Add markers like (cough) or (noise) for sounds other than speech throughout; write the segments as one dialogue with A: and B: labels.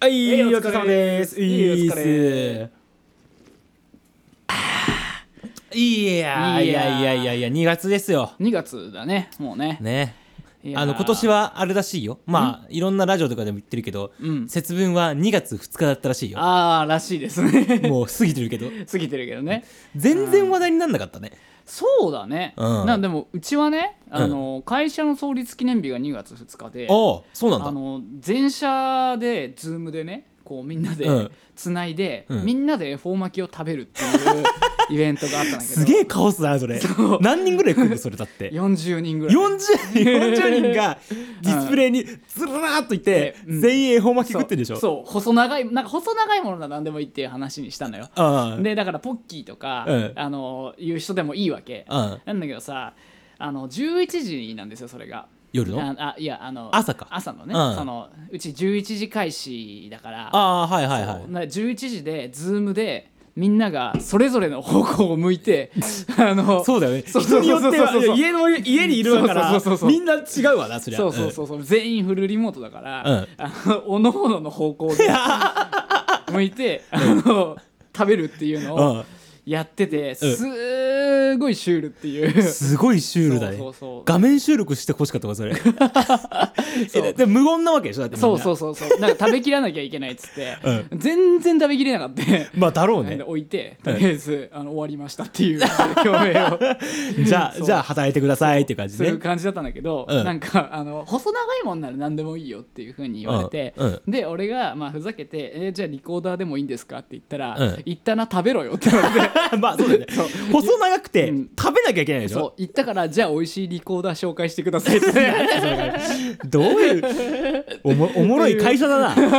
A: はい、
B: はい
A: お疲れ様です。
B: お疲れ
A: いいっ
B: お疲
A: す
B: れ。
A: いやい
B: いや
A: やいやいやいや、2月ですよ。
B: 2月だねもうね
A: ね。
B: いやー
A: あの今年はあれらしいよ。まあ、いろんなラジオとかでも言ってるけど、
B: うん
A: 節分は2月2日だったらしいよ。
B: ああらしいですね
A: もう過ぎてるけど、
B: (laughs) 過ぎてるけどね
A: 全然話題になんなかったね。
B: そうだね、
A: うん
B: なんでもうちはねあの、会社の創立記念日が2月2日で
A: ああ、そうなん
B: あ
A: だ。
B: の全社でズームでねこうみんな
A: う
B: で
A: ん
B: つないで、
A: うん
B: みんなで恵方巻きを食べるっ
A: (laughs)
B: ていうイベントがあったんだけど
A: すげえカオスだな、それ
B: そう。
A: 何人ぐらい来るの、それだって。
B: 40人ぐらい
A: 40, 40人がディスプレイにずらーっといて、
B: うん
A: 全員恵方巻き食ってるでしょ
B: そうそう細長いなんか細長いものなら何でもいいっていう話にしたのよ
A: ああ
B: でだからポッキーとか、
A: うん
B: あのいう人でもいいわけ、
A: うん
B: なんだけどさあの11時なんですよそれが
A: 夜の
B: ああいやあの
A: 朝か
B: 朝のね、
A: うん
B: そのうち11時開始だから
A: ああーはいはいは
B: そうな11時でズームでみんながそれぞれの方向を向
A: (laughs)
B: いてあの
A: いそうだよね
B: そ
A: 人
B: うそうそう
A: によっては
B: そう
A: い
B: そう
A: や家の家にいるから
B: そうそうそうそう
A: みんな違うわなそりゃ
B: そうそうそうそう全員フルリモートだから、
A: うん
B: あのおのおのの方向
A: (laughs)
B: で向いてあの食べるっていうの
A: うん
B: を
A: うん
B: やっててすーごいシュールっていう。
A: すごいシュールだね
B: そうそうそう
A: 画面収録してほしかったわそれ
B: (laughs) そう
A: えで無言なわけでしょだってみんな
B: そうそうそうそうなんか食べきらなきゃいけないっつって、
A: (laughs) う
B: 全然食べきれなかった
A: まあだろうね
B: 置いてとりあえず、あの終わりましたっていう表明
A: (laughs)
B: を
A: じゃあ
B: そう
A: じゃあ働いてくださいっていう感じ
B: する
A: ね
B: 感じだったんだけど、
A: うん
B: なんかあの細長いもんなら何でもいいよっていうふうに言われて、
A: うん
B: で俺が、まあ、ふざけて、えーじゃあリコーダーでもいいんですか?」って言ったら「
A: うん
B: 言ったな食べろよ」って言
A: (laughs)
B: われて
A: まあそうだよね
B: そう
A: 細長くて
B: うん
A: 食べなきゃいけないでし
B: そう
A: ょ
B: 言ったからじゃあ美味しいリコーダー紹介してくださ
A: (laughs)
B: いって
A: どういう
B: (laughs)
A: おもおもろい会社だな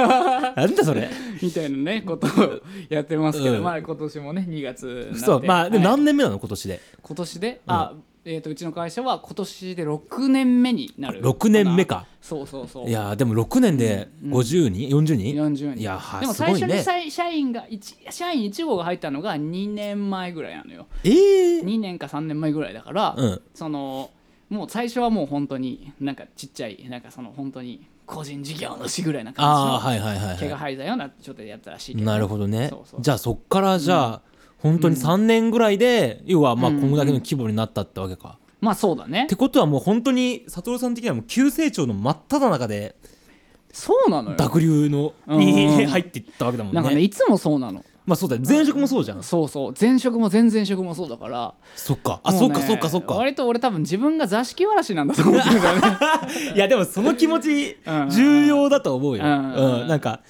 A: なんだそれ
B: み (laughs) たいなねことをやってますけど、
A: うん
B: まあ今年もね2月になって
A: そうまあでも
B: はい
A: 何年目なの今年で
B: 今年で、あえー、とうちの会社は今年で6年目になる
A: 6年目か
B: そうそうそう
A: いやーでも6年で50人、40人
B: 40人
A: いやー
B: でも
A: す
B: 最
A: ごい
B: 初に
A: ね
B: 社,、社員が一社員1号が入ったのが2年前ぐらいなのよ
A: えー、
B: 2年か3年前ぐらいだから、
A: うん
B: そのもう最初はもう本当になんかちっちゃいなんかその本当に個人事業主ぐらいな
A: ああ
B: 感
A: はいはいはい、
B: じの毛が
A: は
B: 生えたようなちょっとやったらしいけ
A: い、
B: ど
A: なるほどね
B: そうそう
A: じゃあそっからじゃあ、本当に3年ぐらいで、要はまあ
B: う
A: こ
B: ん
A: んだけの規模になったってわけか、っ
B: まあそうだね
A: てことはもう本当に悟さん的にはもう急成長の真っ只中で
B: そうなのよ
A: 濁流の
B: うんう
A: に (laughs)
B: ん
A: 入っていったわけだもん
B: な
A: ね
B: んかねいつもそうなの
A: まあそうだよ前職もそうじゃん
B: そうそう前職も前々職もそうだから
A: そっかあ、
B: も
A: そうっ
B: ね
A: かそっかそっか
B: 割と俺多分自分が座敷わらしなんだと思ってるから
A: (laughs)
B: ね
A: いやでもその気持ち
B: うん
A: 重要だと思うよ、う
B: うんん
A: なんか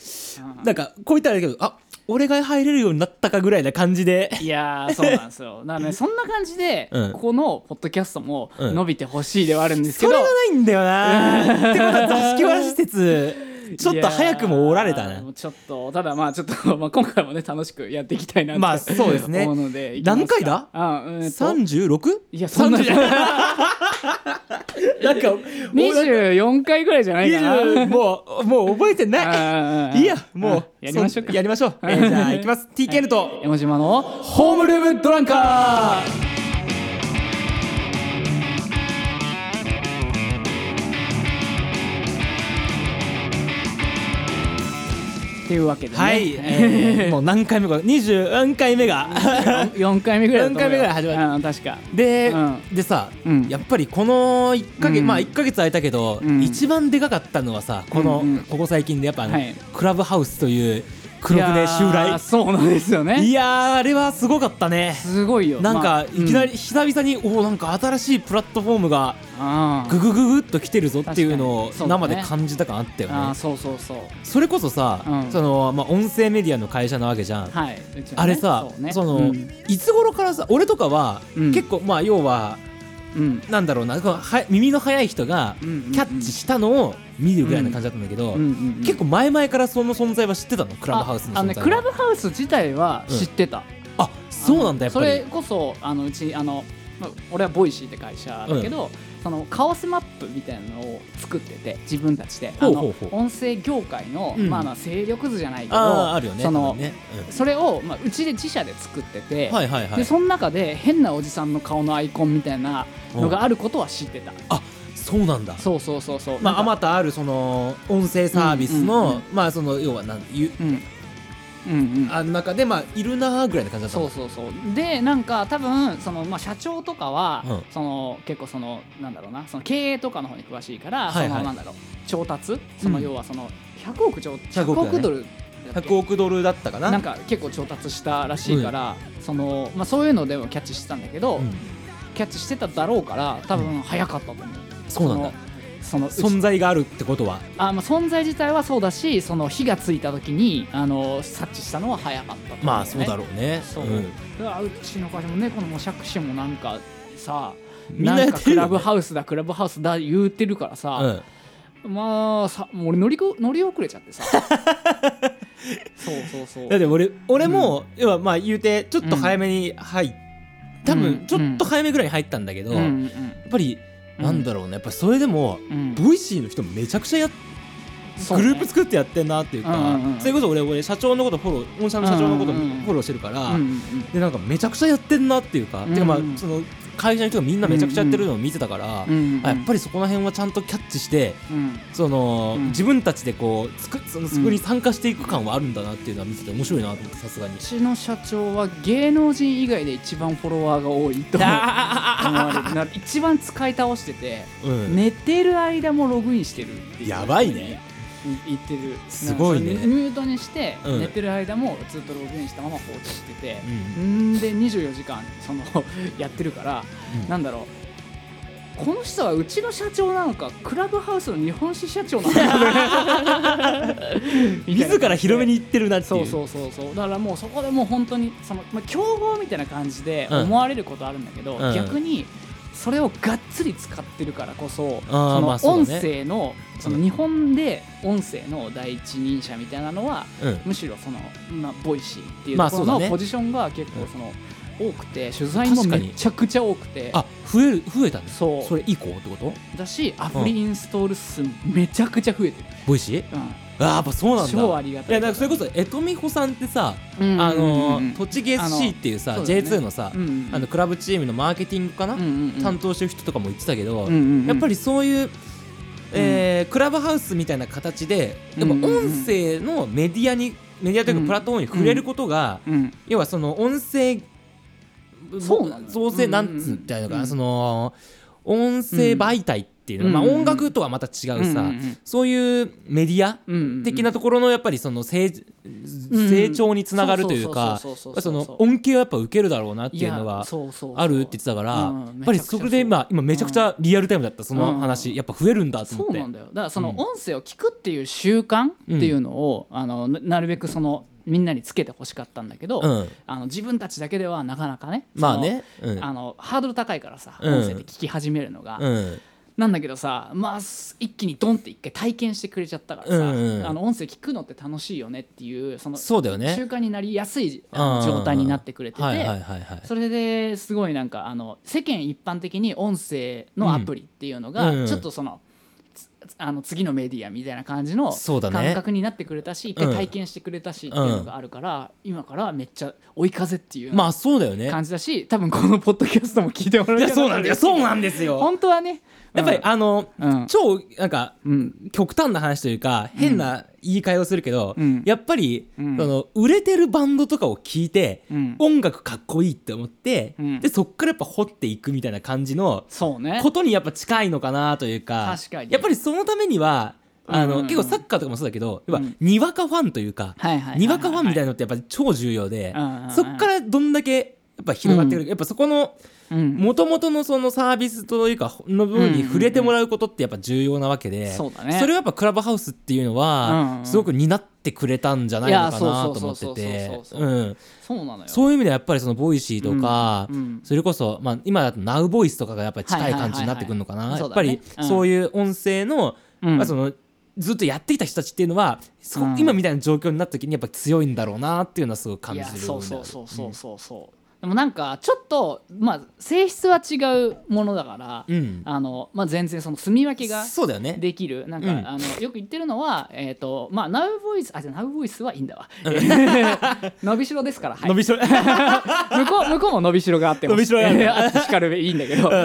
A: なんかこう言ったらあれだけどあ俺が入れるようになったかぐらいな感じで
B: いやーそうなんですよだからねそんな感じで、
A: (laughs) うん
B: ここのポッドキャストも
A: うん
B: 伸びてほしいではあるんですけ
A: そ
B: ど、
A: れがないんだよなってことは座敷わら施
B: (laughs)
A: 設ちょっと早くもおられた
B: い
A: な
B: やーちょっとただまあちょっと、まあ、今回もね楽しくやっていきたいなと
A: まあそうですね
B: 思うのでいきます
A: 何回だ
B: あうんと
A: 36?
B: いやそんな
A: なんか
B: 24回ぐらいじゃないかな
A: 20もうもう覚えてない
B: あー
A: いいやもう
B: やりましょう
A: そ
B: か
A: やりましょう、えーじゃ
B: (laughs)
A: あいきます TKN と
B: 山島の
A: ホームルームドランカー
B: っていうわけでね、 (laughs)
A: はい、えーもう何回目か24回目が
B: 4回目ぐらいだと思う
A: 四回
B: よ
A: 目ぐらい始まる
B: うん確か
A: で、
B: うん
A: でさ、
B: うん
A: やっぱりこの1か月、
B: うん
A: まあ1か月空いたけど、
B: うん
A: 一番でかかったのはさこの、
B: うんうん
A: ここ最近でやっぱあの、
B: はい
A: クラブハウスという黒船襲
B: いやー
A: 来
B: そうなんですよね
A: いやーあれはすごかったね
B: すごいよ
A: なん
B: ま
A: か
B: あ
A: いきなり久々に、おおなんか新しいプラットフォームが
B: うんあー
A: ググググっと来てるぞっていうのを
B: 確かにそうだね
A: 生で感じた感あったよね
B: あーそうそうそう
A: それこそさ、
B: うん
A: そのまあ、音声メディアの会社なわけじゃん、
B: はい、うちのね
A: (laughs) あれさ
B: そ
A: そ,、
B: うね
A: の、
B: うん
A: いつ頃からさ俺とかは、
B: うん
A: 結構まあ要は
B: うん
A: なんだろうなこうは耳の速い人がキ
B: うんうんうん
A: ャッチしたのを見るぐらいな感じだったんだけど、
B: うんうんうん
A: 結構前々からその存在は知ってたのクラブハウスの存在
B: ああ
A: は
B: のねクラブハウス自体は知ってた、
A: あそうなんだやっぱり
B: それこそあのうちあのまあ俺はボイシーって会社だけど、そのカオスマップみたいなのを作ってて自分たちで
A: ほうほうほう
B: あの音声業界の、
A: うん
B: まあまあ勢力図じゃないけど
A: あーあるよね
B: そ
A: 多
B: の
A: 分ね、
B: それを、まあ、うちで自社で作ってて、
A: うんはいはいは
B: で
A: い
B: その中で変なおじさんの顔のアイコンみたいなのがあることは知ってた、
A: あそうなんだ
B: そうそうそうそう
A: まああ
B: なんか
A: またあるその音声サービスの、
B: うんうんうん
A: まあその要はなんゆ
B: うんうんうん
A: あの中でまあいるなーぐらいの感じだった
B: そ
A: の
B: うそうそうでなんか多分その、まあ、社長とかは、
A: うん
B: その結構そのなんだろうなその経営とかの方に詳しいから、
A: はいはい
B: そのなんだろう調達その
A: うん
B: 要はその100億兆
A: 100億だね
B: ドルだっけ
A: 100億ドルだったかな
B: なんか結構調達したらしいから、そのまあ、そういうのでもキャッチしてたんだけど、
A: うん
B: キャッチしてただろうから多分早かったと思う、
A: そうなんだ
B: そのその
A: 存在があるってことは
B: あまあ存在自体はそうだしその火がついた時にあの察知したのは早かったと思んよね
A: まあそうだろうね
B: そう、
A: ん
B: うわうちの会社もねこの模索師もなんかさ
A: みんなやってるよね
B: んかクラブハウスだクラブハウスだ言うてるからさ、
A: うん
B: まあさもう俺乗りこ乗り遅れち
A: (laughs)
B: ゃってさそうそうそう
A: だって俺俺も、要はまあ言うてちょっと早めに入っ、多
B: う
A: 分
B: ん
A: ちょっと早めぐらいに入ったんだけど、
B: うんう
A: や
B: ん
A: っぱりなんだろうねやっぱそれでも
B: うんうん
A: ボイシーの人もめちゃくちゃやっ
B: そう
A: グ
B: ね
A: ループ作ってやってんなっていうか、
B: うんうんうん
A: それこそ俺俺社長のことフォロー御社の社長のこと
B: うんうんうん
A: フォローしてるから、
B: うんうん
A: でなんかめちゃくちゃやってんなっていうか、
B: うんうん
A: てかまあその会社の人がみんなめちゃくちゃやってるのを見てたから、
B: うんうん
A: あやっぱりそこら辺はちゃんとキャッチして
B: うん
A: その、
B: うん
A: 自分たちでこうつくそのそこに参加していく感はあるんだなっていうのは見てて面白いなと思ってさすがに
B: う。ちの社長は芸能人以外で一番フォロワーが多いと思う思われてな一番使い倒してて、 (laughs)
A: うん
B: 寝てる間もログインしてるっていう
A: やばいね
B: 言ってる
A: すごいね
B: なんかそれミュートにして、
A: うん
B: 寝てる間もずっとログインしたまま放置してて
A: う、ん
B: ん、で24時間その (laughs) やってるから、
A: うん
B: なんだろうこの人はうちの社長なのかクラブハウスの日本支社長なの
A: (laughs)
B: かみたいな
A: 自ら広めに行ってるなって
B: そ
A: いう
B: うそうそうそうだからもうそこでもう本当にその、まあ、競合みたいな感じで
A: うん
B: 思われることあるんだけど、
A: うん
B: 逆にそれをがっつり使ってるからこそそ
A: あーま
B: の
A: あそう
B: 音
A: だね
B: 声のその
A: うん
B: 日本で音声の第一人者みたいなのは
A: うん
B: むしろその、まあ、ボイシーっていう
A: まあ
B: ところ
A: そうだ
B: の
A: ね
B: ポジションが結構その、多くて取材も
A: 確か
B: め
A: に
B: ちゃくちゃ多くて
A: あ増える増えたんです
B: そう
A: それ以降ってこと
B: だしアプリインストール数めちゃくちゃ増えてる、
A: ボイシー
B: うん
A: あーやっぱそうなんだ
B: 超ありがた
A: い
B: い
A: やなんかそれこそ江戸美穂さんってさ、
B: うんうんうんうん
A: あのー栃木 SC っていうさ
B: あのそうだね
A: J2 のさ、
B: うんうんうん
A: あのクラブチームのマーケティングかな、
B: うんうんうん
A: 担当してる人とかも言ってたけど、
B: うんうんうん
A: やっぱりそういう、えークラブハウスみたいな形でやっぱ
B: うんうんうん
A: 音声のメディアにメディアという
B: う
A: か
B: ん
A: プラットフォームに触れることが、
B: うん
A: 要はその音声
B: そうなの
A: 造成なんつったらいいのかな、
B: うん
A: その音声媒体っていうの、まあ、
B: うんうんうん
A: 音楽とはまた違うさ、
B: うんうんうん
A: そういうメディア的なところのやっぱりその成成長につながるというか
B: そうそうそ
A: そ
B: うそうそう
A: の恩恵をやっぱ受けるだろうなっていうのはあるって言ってたから
B: うん
A: やっぱりそこで今今めちゃくちゃリアルタイムだったその話やっぱ増えるんだと
B: そ
A: 思っ
B: う
A: て
B: なんだよだからその
A: うん
B: 音声を聞くっていう習慣っていうのを、あのななるべくそのみんなにつけてほしかったんだけど、
A: うん
B: あの自分たちだけではなかなかね
A: まあねう
B: その
A: ん
B: あのハードル高いからさ、
A: うん
B: 音声で聞き始めるのが、
A: うん
B: なんだけどさ、まあ、す一気にドンって一回体験してくれちゃったからさ、
A: うんうん
B: あの音声聞くのって楽しいよねっていうその
A: そうだよね
B: 習慣になりやすい
A: うんうん
B: あ
A: うん
B: の状態になってくれてて、
A: はいはいはいはい
B: それですごいなんかあの世間一般的に音声のアプリっていうのが、
A: うんうん
B: ちょっとその。つあの次のメディアみたいな感じの
A: そうだ
B: 感
A: ね
B: 覚になってくれたし、一
A: うん
B: 回体験してくれたしっていうのがあるから、今からめっちゃ追い風っていう
A: まあそうだよね
B: 感じだし、多分このポッドキャストも聞いてもらえ
A: い
B: る
A: やそうなんだよそうなん
B: だ
A: ですよ
B: 本当はね
A: やっぱり
B: うん
A: あの
B: うん
A: 超なんか
B: うん、
A: 極端な話というか変な言い換えをするけど、
B: うん
A: やっぱり、
B: うん
A: その売れてるバンドとかを聞いて、
B: うん
A: 音楽かっこいいって思って、
B: うん
A: でそっからやっぱ掘っていくみたいな感じの
B: そうね
A: ことにやっぱ近いのかなというか
B: 確かに
A: やっぱりそのためにはあの、
B: うんうんうん
A: 結構サッカーとかもそうだけどやっぱ、
B: うん
A: にわかファンというか、
B: はいはいはいはい
A: にわかファンみたいなのってやっぱ超重要で、
B: うんうんうん
A: そっからどんだけやっぱ広がってくるか、やっぱそこの
B: うん、
A: もともとのそのサービスというかの部分に触れてもらうことってやっぱ重要なわけで、
B: そうだね
A: それはやっぱクラブハウスっていうの
B: うん
A: は
B: うん
A: すごく担ってくれたんじゃないのか
B: いや
A: な
B: そう
A: と
B: そ
A: 思
B: う
A: って
B: そう
A: て
B: そうそうそうそう
A: うん
B: そうなのよ
A: そういう意味ではやっぱりそのボイシーとか、
B: うんうん
A: それこそ、まあ、今だと Now ボイスとかがやっぱり近い感じになってくるのかな、
B: はいはいはいはい
A: やっ
B: そう
A: ぱ
B: だねう
A: り
B: ん
A: そういう音声の,、
B: うん
A: まあ、そのずっとやってきた人たちっていうのはすごく
B: うん
A: 今みたいな状況になった時にやっぱ強いんだろうなっていうのはすごく感じる
B: い
A: ん
B: や
A: だよね
B: そうそうそうそうそうそう、でもなんかちょっとまあ性質は違うものだから、
A: うん
B: あのまあ、全然その住み分けが
A: そうだよね
B: できるなんか、
A: うん
B: あのよく言ってるのはえっ、とまあナウボイスあじゃナウボイスはいいんだわ (laughs) 伸びしろですから、はい、
A: 伸びしろ
B: (laughs) 向こう向こうも伸びしろがあってほしい
A: 伸びしろがある
B: あってしかるべいいんだけど (laughs)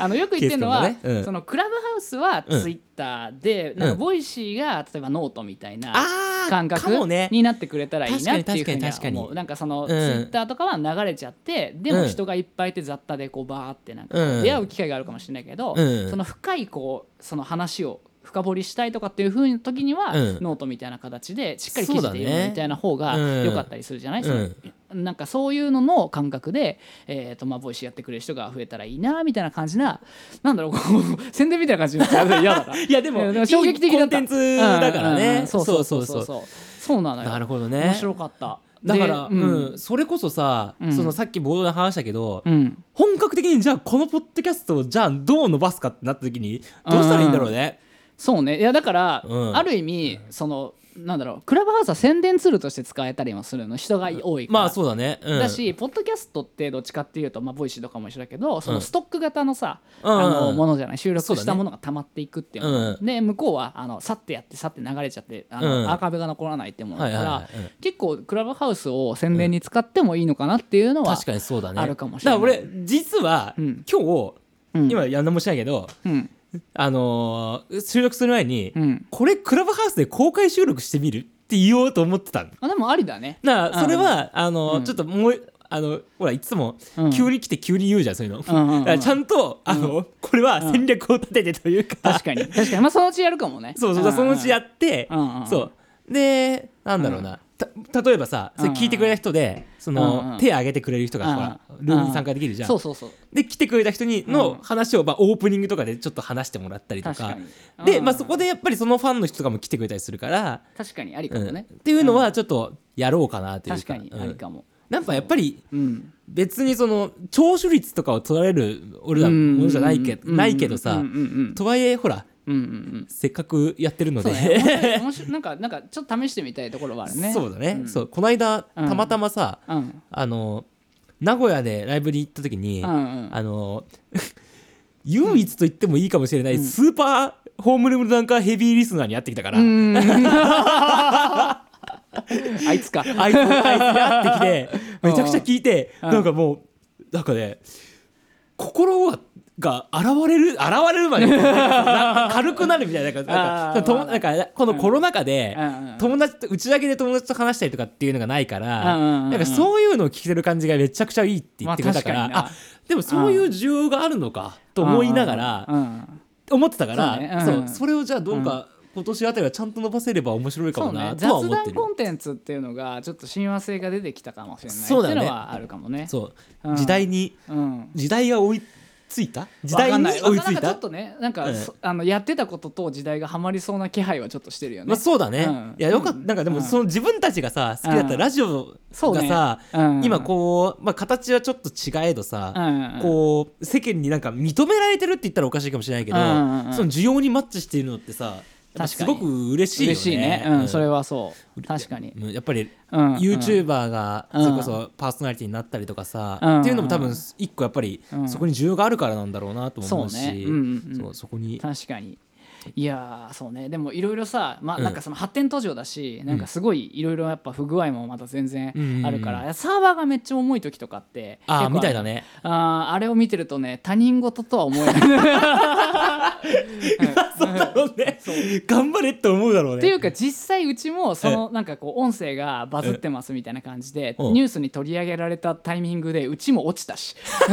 B: あのよく言ってるのは、
C: ケイス君がねうん
B: そのクラブハウスはツイッターで、なんかボイシーが例えばノートみたいな。
A: あ (laughs) ー
B: 感
A: か
B: 覚
A: もね
B: になってくれたらいいなっていうふうに
A: 確
B: は
A: かに確かに確
B: 思
A: か
B: う
A: に
B: なんかその
A: ん
B: ツイッターとかは流れちゃってで
A: う
B: も
A: ん
B: 人がいっぱいいて雑多でこうバーってなんか
A: うん
B: 出会う機会があるかもしれないけど
A: うん
B: その深いこうその話を深掘りしたいとかっていうふうな時には
A: うん
B: ノートみたいな形でしっかり記事で読むみたいな方が
A: そうだねうん
B: 良かったりするじゃないその
A: うん
B: なんかそういうのの感覚で、えーとまあ、ボイシーやってくれる人が増えたらいいなみたいな感じななんだろう (laughs) こう宣伝みたいな感じで嫌だな
A: (laughs) いやでも
B: いやでも衝撃的だった
A: いいコンテンツだからね
B: うんうんうんそうそうそうそ
A: そ
B: うそうそうなのよ
A: なるほど
B: 面
A: ね
B: 白かった
A: だから、
B: で
A: う
B: うんん、
A: それこそさ、
B: うん
A: そのさっき冒頭で話したけど、
B: うん
A: 本格的にじゃあこのポッドキャストをじゃあどう伸ばすかってなった時にどうしたらいいんだろうね。
B: そうねいやだから、
A: うん
B: ある意味そのなんだろうクラブハウスは宣伝ツールとして使えたりもするの人が多いから、
A: まあそうだね。うん、
B: だしポッドキャストってどっちかっていうと、まあ、ボイシーとかも一緒だけどそのストック型のさ、
A: うんうん
B: あ
A: うん
B: のものじゃない収録
A: そうだ
B: し
A: ね
B: たものが溜まっていくっていうの
A: うん
B: で向こうはあの去ってやって去って流れちゃってあ
A: うん
B: の、アーカイブが残らないってものだから、
A: はいはいはいうん
B: 結構クラブハウスを宣伝に使ってもいいのかなっていうのは
A: 確かにそうだね。
B: あるかもしれない
A: だから俺実は、
B: うん
A: 今日
B: うん
A: 今やんなもしないけど、
B: うん
A: あのー収録する前に、
B: うん
A: これクラブハウスで公開収録してみるって言おうと思ってたの。
B: あでもあり
A: (laughs)
B: だね
A: だからそれは、あのー
B: うん
A: ちょっともうあのほらいつも、
B: うん
A: 急に来て急に言うじゃんそういうの。
B: うんうんうん
A: だからちゃんとあの、これは戦略を立ててというか、
B: 確かに確かにまあそのうちやるかもね
A: (laughs) そうそう、だからそのうちや
B: っ
A: って、
B: うんうんうん
A: そうでなんだろうな、た例えばさそれ聞いてくれた人でその、
B: うんうん
A: 手挙げてくれる人がほら、ルームに参加できるじゃん、
B: そうそうそう
A: で来てくれた人に
B: うん
A: の話を、まあ、オープニングとかでちょっと話してもらったりとか
B: 確かに
A: で、
B: うん
A: まあ、そこでやっぱりそのファンの人とかも来てくれたりするから、
B: 確かにあり
A: う
B: か
A: ん
B: もね、
A: っていうのはちょっとやろうかなという
B: 確かにあり
A: うん
B: かも
A: なんかやっぱり
B: うん
A: 別にその聴取率とかを取られる俺らものじゃないけ,、ないけどさ、
B: うんうんうん
A: とはいえほら
B: うんうんうん
A: せっかくやってるの
B: そ
A: で
B: うね、面白いなんかなんかちょっと試してみたいところはあるね。
A: そうだね、
B: ん
A: そうこの間
B: うん
A: たまたまさ、
B: うん
A: あの名古屋でライブに行った時に、
B: うんうん
A: あの (laughs) 唯一と言ってもいいかもしれない、スーパーホームルームなんかヘビーリスナーに会ってきたから、
B: うんあいつか。
A: あいつあいつに会ってきて
B: うん
A: めちゃくちゃ聞いて、
B: うん
A: なんかもうなんかね心がが現れる現れるまでな軽くなるみたいななんかなん
B: あ
A: か
B: ー
A: ともなんかこのコロナ禍で、
B: うんうん
A: 友達と内だけで友達と話したりとかっていうのがないから、
B: うんうんうんうん
A: なんかそういうのを聞ける感じがめちゃくちゃいいって言ってくれたから,、
B: まあ確かにな
A: あでもそういう需要があるのかと思いながら、
B: うんうん
A: 思ってたからそう
B: そ
A: う、
B: ねうんうん
A: それをじゃあどうか、今年あたりはちゃんと伸ばせれば面白いか
B: そ
A: も
B: うね
A: な、とは思
B: 雑
A: って
B: 談
A: る
B: コ。ンテンツっていうのがちょっと親和性が出てきたかもしれないってい
A: そうだ
B: う
A: ね
B: のはあるかもね。
A: そう
B: うん
A: 時代に
B: うん
A: 時代が追いついた時
B: わ
A: 代
B: かん
A: に
B: ない
A: 追いつい
B: なんかちょ
A: た
B: っとねなんか、
A: うん
B: そあのやってたことと時代がハマりそうな気配はちょっとしてるよね。
A: まあそうだね、
B: うん
A: いやよかったなんかでも
B: うん
A: その自分たちがさ好きだったラジオ
B: そう
A: が
B: ね
A: さ、
B: うん
A: 今こう、まあ、形はちょっと違えどさ、
B: うんうん
A: こう世間になんか認められてるって言ったらおかしいかもしれないけど、
B: うんうんうん
A: その需要にマッチしているのってさやっぱすごく嬉しいよね。
B: 嬉しいね。うん、それはそう。確かに。
A: うんやっぱり
B: うん
A: YouTuber が
B: うん
A: それこそパーソナリティになったりとかさ、
B: うん
A: っていうのも多分一個やっぱり
B: うん
A: そこに需要があるからなんだろうなとも思うし
B: そうねうんうんうん
A: そうそこに
B: 確かにいやーそうねでもいろいろさ、まあ、
A: うん
B: なんかその発展途上だし、なんかすごいいろいろやっぱ不具合もまた全然あるか
A: う
B: ら、
A: ん
B: サーバーがめっちゃ重い時とかって
A: ああ
B: 結構
A: みたいだ
B: (laughs)
A: ね
B: あーあれを見てるとね他人事とは思え
A: (laughs)
B: ないっ
A: (laughs) そうだろうね頑張れって思うだろうね
B: ていうか実際うちもそのなんかこう音声がバズってますみたいな感じで
A: うん
B: ニュースに取り上げられたタイミングでうちも落ちたし
A: (laughs)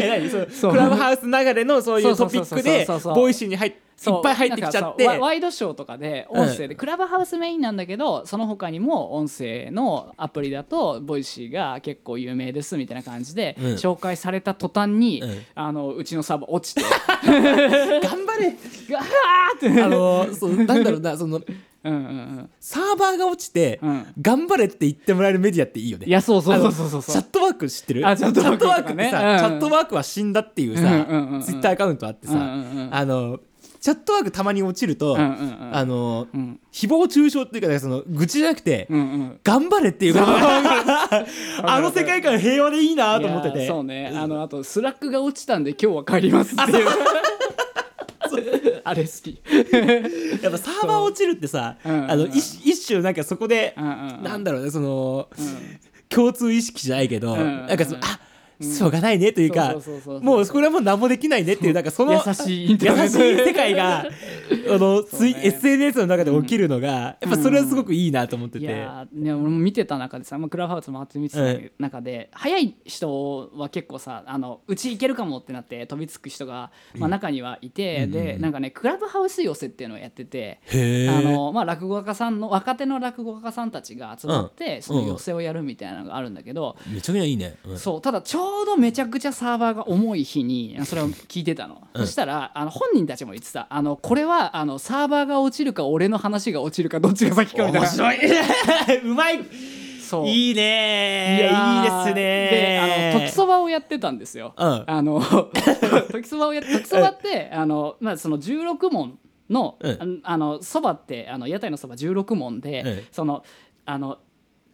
A: え何そう
B: そう
A: クラブハウス流れのそうい
B: そう
A: う
B: そ
A: ト
B: う
A: ピ
B: そう
A: ッ
B: そう
A: クで
B: そうそうそう
A: ボイシーに入っいっ
B: そう
A: ぱい入ってきちゃっ
B: なんか
A: て
B: そうワワイドショーとかで音声で、クラブハウスメインなんだけどその他にも音声のアプリだとボイシーが結構有名ですみたいな感じで、
A: うん
B: 紹介された途端に、う
A: うん
B: あのうちのサーバー落ちて (laughs)
A: 頑張れ (laughs)
B: ガーって
A: あのそうなんだろうなその
B: うんうんうん
A: サーバーが落ちて
B: うん
A: 頑張れって言ってもらえるメディアっていいよね
B: いやそうそうそうそう
A: チ
B: そ
A: ャ
B: う
A: ットワーク知ってる
B: あチャットワークとかね
A: チャットワークってさ、
B: うん
A: チャットワークは死んだっていうさ、
B: うんうんうんうん
A: ツイッターアカウントあってさ、
B: うんうんうん
A: あのチャットワークたまに落ちると、
B: うんうんうん
A: あの、
B: ん
A: 誹謗中傷っていうかなんかその愚痴じゃなくて、
B: うんうん
A: 頑張れっていう
B: (laughs)
A: かあの世界観平和でいいなと思って
B: い
A: て
B: やそうねあのあとスラックが落ちたんで今日は帰りますっていう (laughs) あれ好き
A: やっぱサーバー落ちるってさ、
B: そううんうんうん
A: あの一一種なんかそこで、
B: うんうんうん
A: なんだろうねその、共通意識じゃないけど、
B: んうんうん
A: なんかそのあしょうがないねというか
B: そうそうそうそう
A: もうこれはもう何もできないねっていうなんかその
B: 優しいインターネ
A: 優
B: ッ
A: し
B: ト
A: い世界が
B: (laughs)
A: あの、ツイ
B: そうね
A: SNS の中で起きるのが、やっぱそれはすごくいいなと思って
B: い
A: て、
B: やーね俺も見てた中でさ、まあ、クラブハウス回って見てた中で、早い人は結構さあのうち行けるかもってなって飛びつく人が、まあ、中にはいて、
A: うん
B: でなんかねクラブハウス寄せっていうのをやってて。
A: へ
B: あ
A: ー
B: のまあ、落語家さんの若手の落語家さんたちが集まって、
A: うん
B: その寄せをやるみたいなのがあるんだけど、
A: めちゃくちゃいいね、うん
B: そうただちょうどめちゃくちゃサーバーが重い日にそれを聞いてたの、そしたらあの本人たちも言ってたあのこれはあのサーバーが落ちるか俺の話が落ちるかどっちが先かみたい
A: 面
B: な
A: 白い
B: (laughs)
A: うまい (laughs)
B: そう
A: いいね
B: いや
A: いいで
B: ー
A: すね
B: であの時そばをやってたんですよ。
A: うん
B: あの (laughs) 時そばをや時そばってあのまあその16問の、
A: うん
B: あのそばってあの屋台のそば16問で、
A: うん
B: そのあの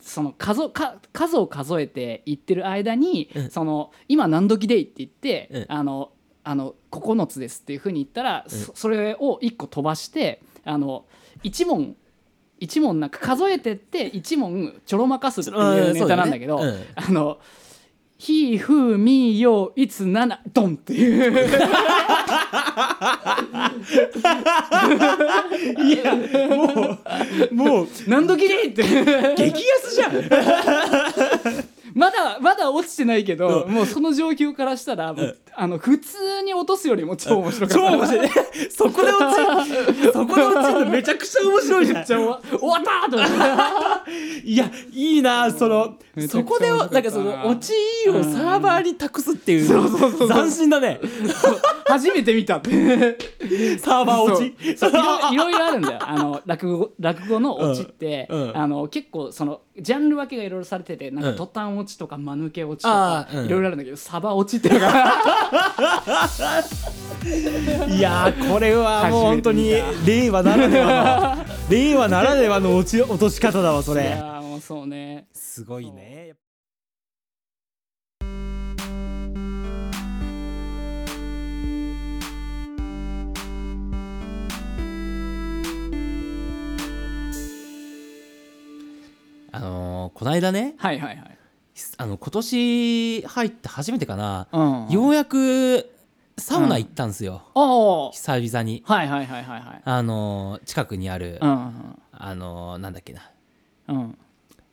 B: その数をか数を数えていってる間に、
A: うん
B: その今何時でいって言って、
A: うん
B: あのあの9つですっていうふうに言ったら、そそれを1個飛ばしてあの1問一問なんか数えてって一問ちょろまかすっていうネタなんだけど、
A: うんそうだね
B: あの「ひふみよいつななドン」ってい
A: (laughs)
B: う
A: いやもう (laughs) もう
B: 何時でいって
A: 激安じゃん
B: (laughs) まだまだ落ちてないけど、もうその状況からしたら、もうあの普通に落とすよりも超面白かっ
A: 超
B: た。
A: 面白い (laughs) そこで落ちるそこで落ちるのめちゃくちゃ面白い
B: (laughs)
A: じゃん
B: じゃあ終わ終わったーと思って (laughs)
A: いやいいなその
B: めちゃ
A: そ
B: くちゃ
A: こで
B: 面
A: な
B: 白か
A: ん
B: った
A: かその落ちをサーバーに託すっていう斬新だね
B: 初めて見たって。
A: サーバー落ち
B: そうそういろいろいろいろあるんだよあの落語落語のオチって、
A: うんうん
B: あの結構そのジャンル分けがいろいろされててなん
A: う
B: か
A: ん
B: 途端落ちとか間抜け落ちとか
A: あーうん
B: いろいろあるんだけど、サバ落ちっていうの
A: (laughs)
B: が
A: いやーこれ (laughs) はもう本当に令和ならではの令和ならではの落ち落とし方だわそ
B: い
A: れ
B: やーもうそうね
A: すごいねあのーこの間ね
B: はいはいはい、
A: あの今年入って初めてかな、
B: うん、
A: ようやくサウナ行ったんですよ、
B: おお
A: 久々に
B: はいはいはいはいはい
A: あのー近くにある、
B: うん
A: あのーなんだっけな
B: うんうん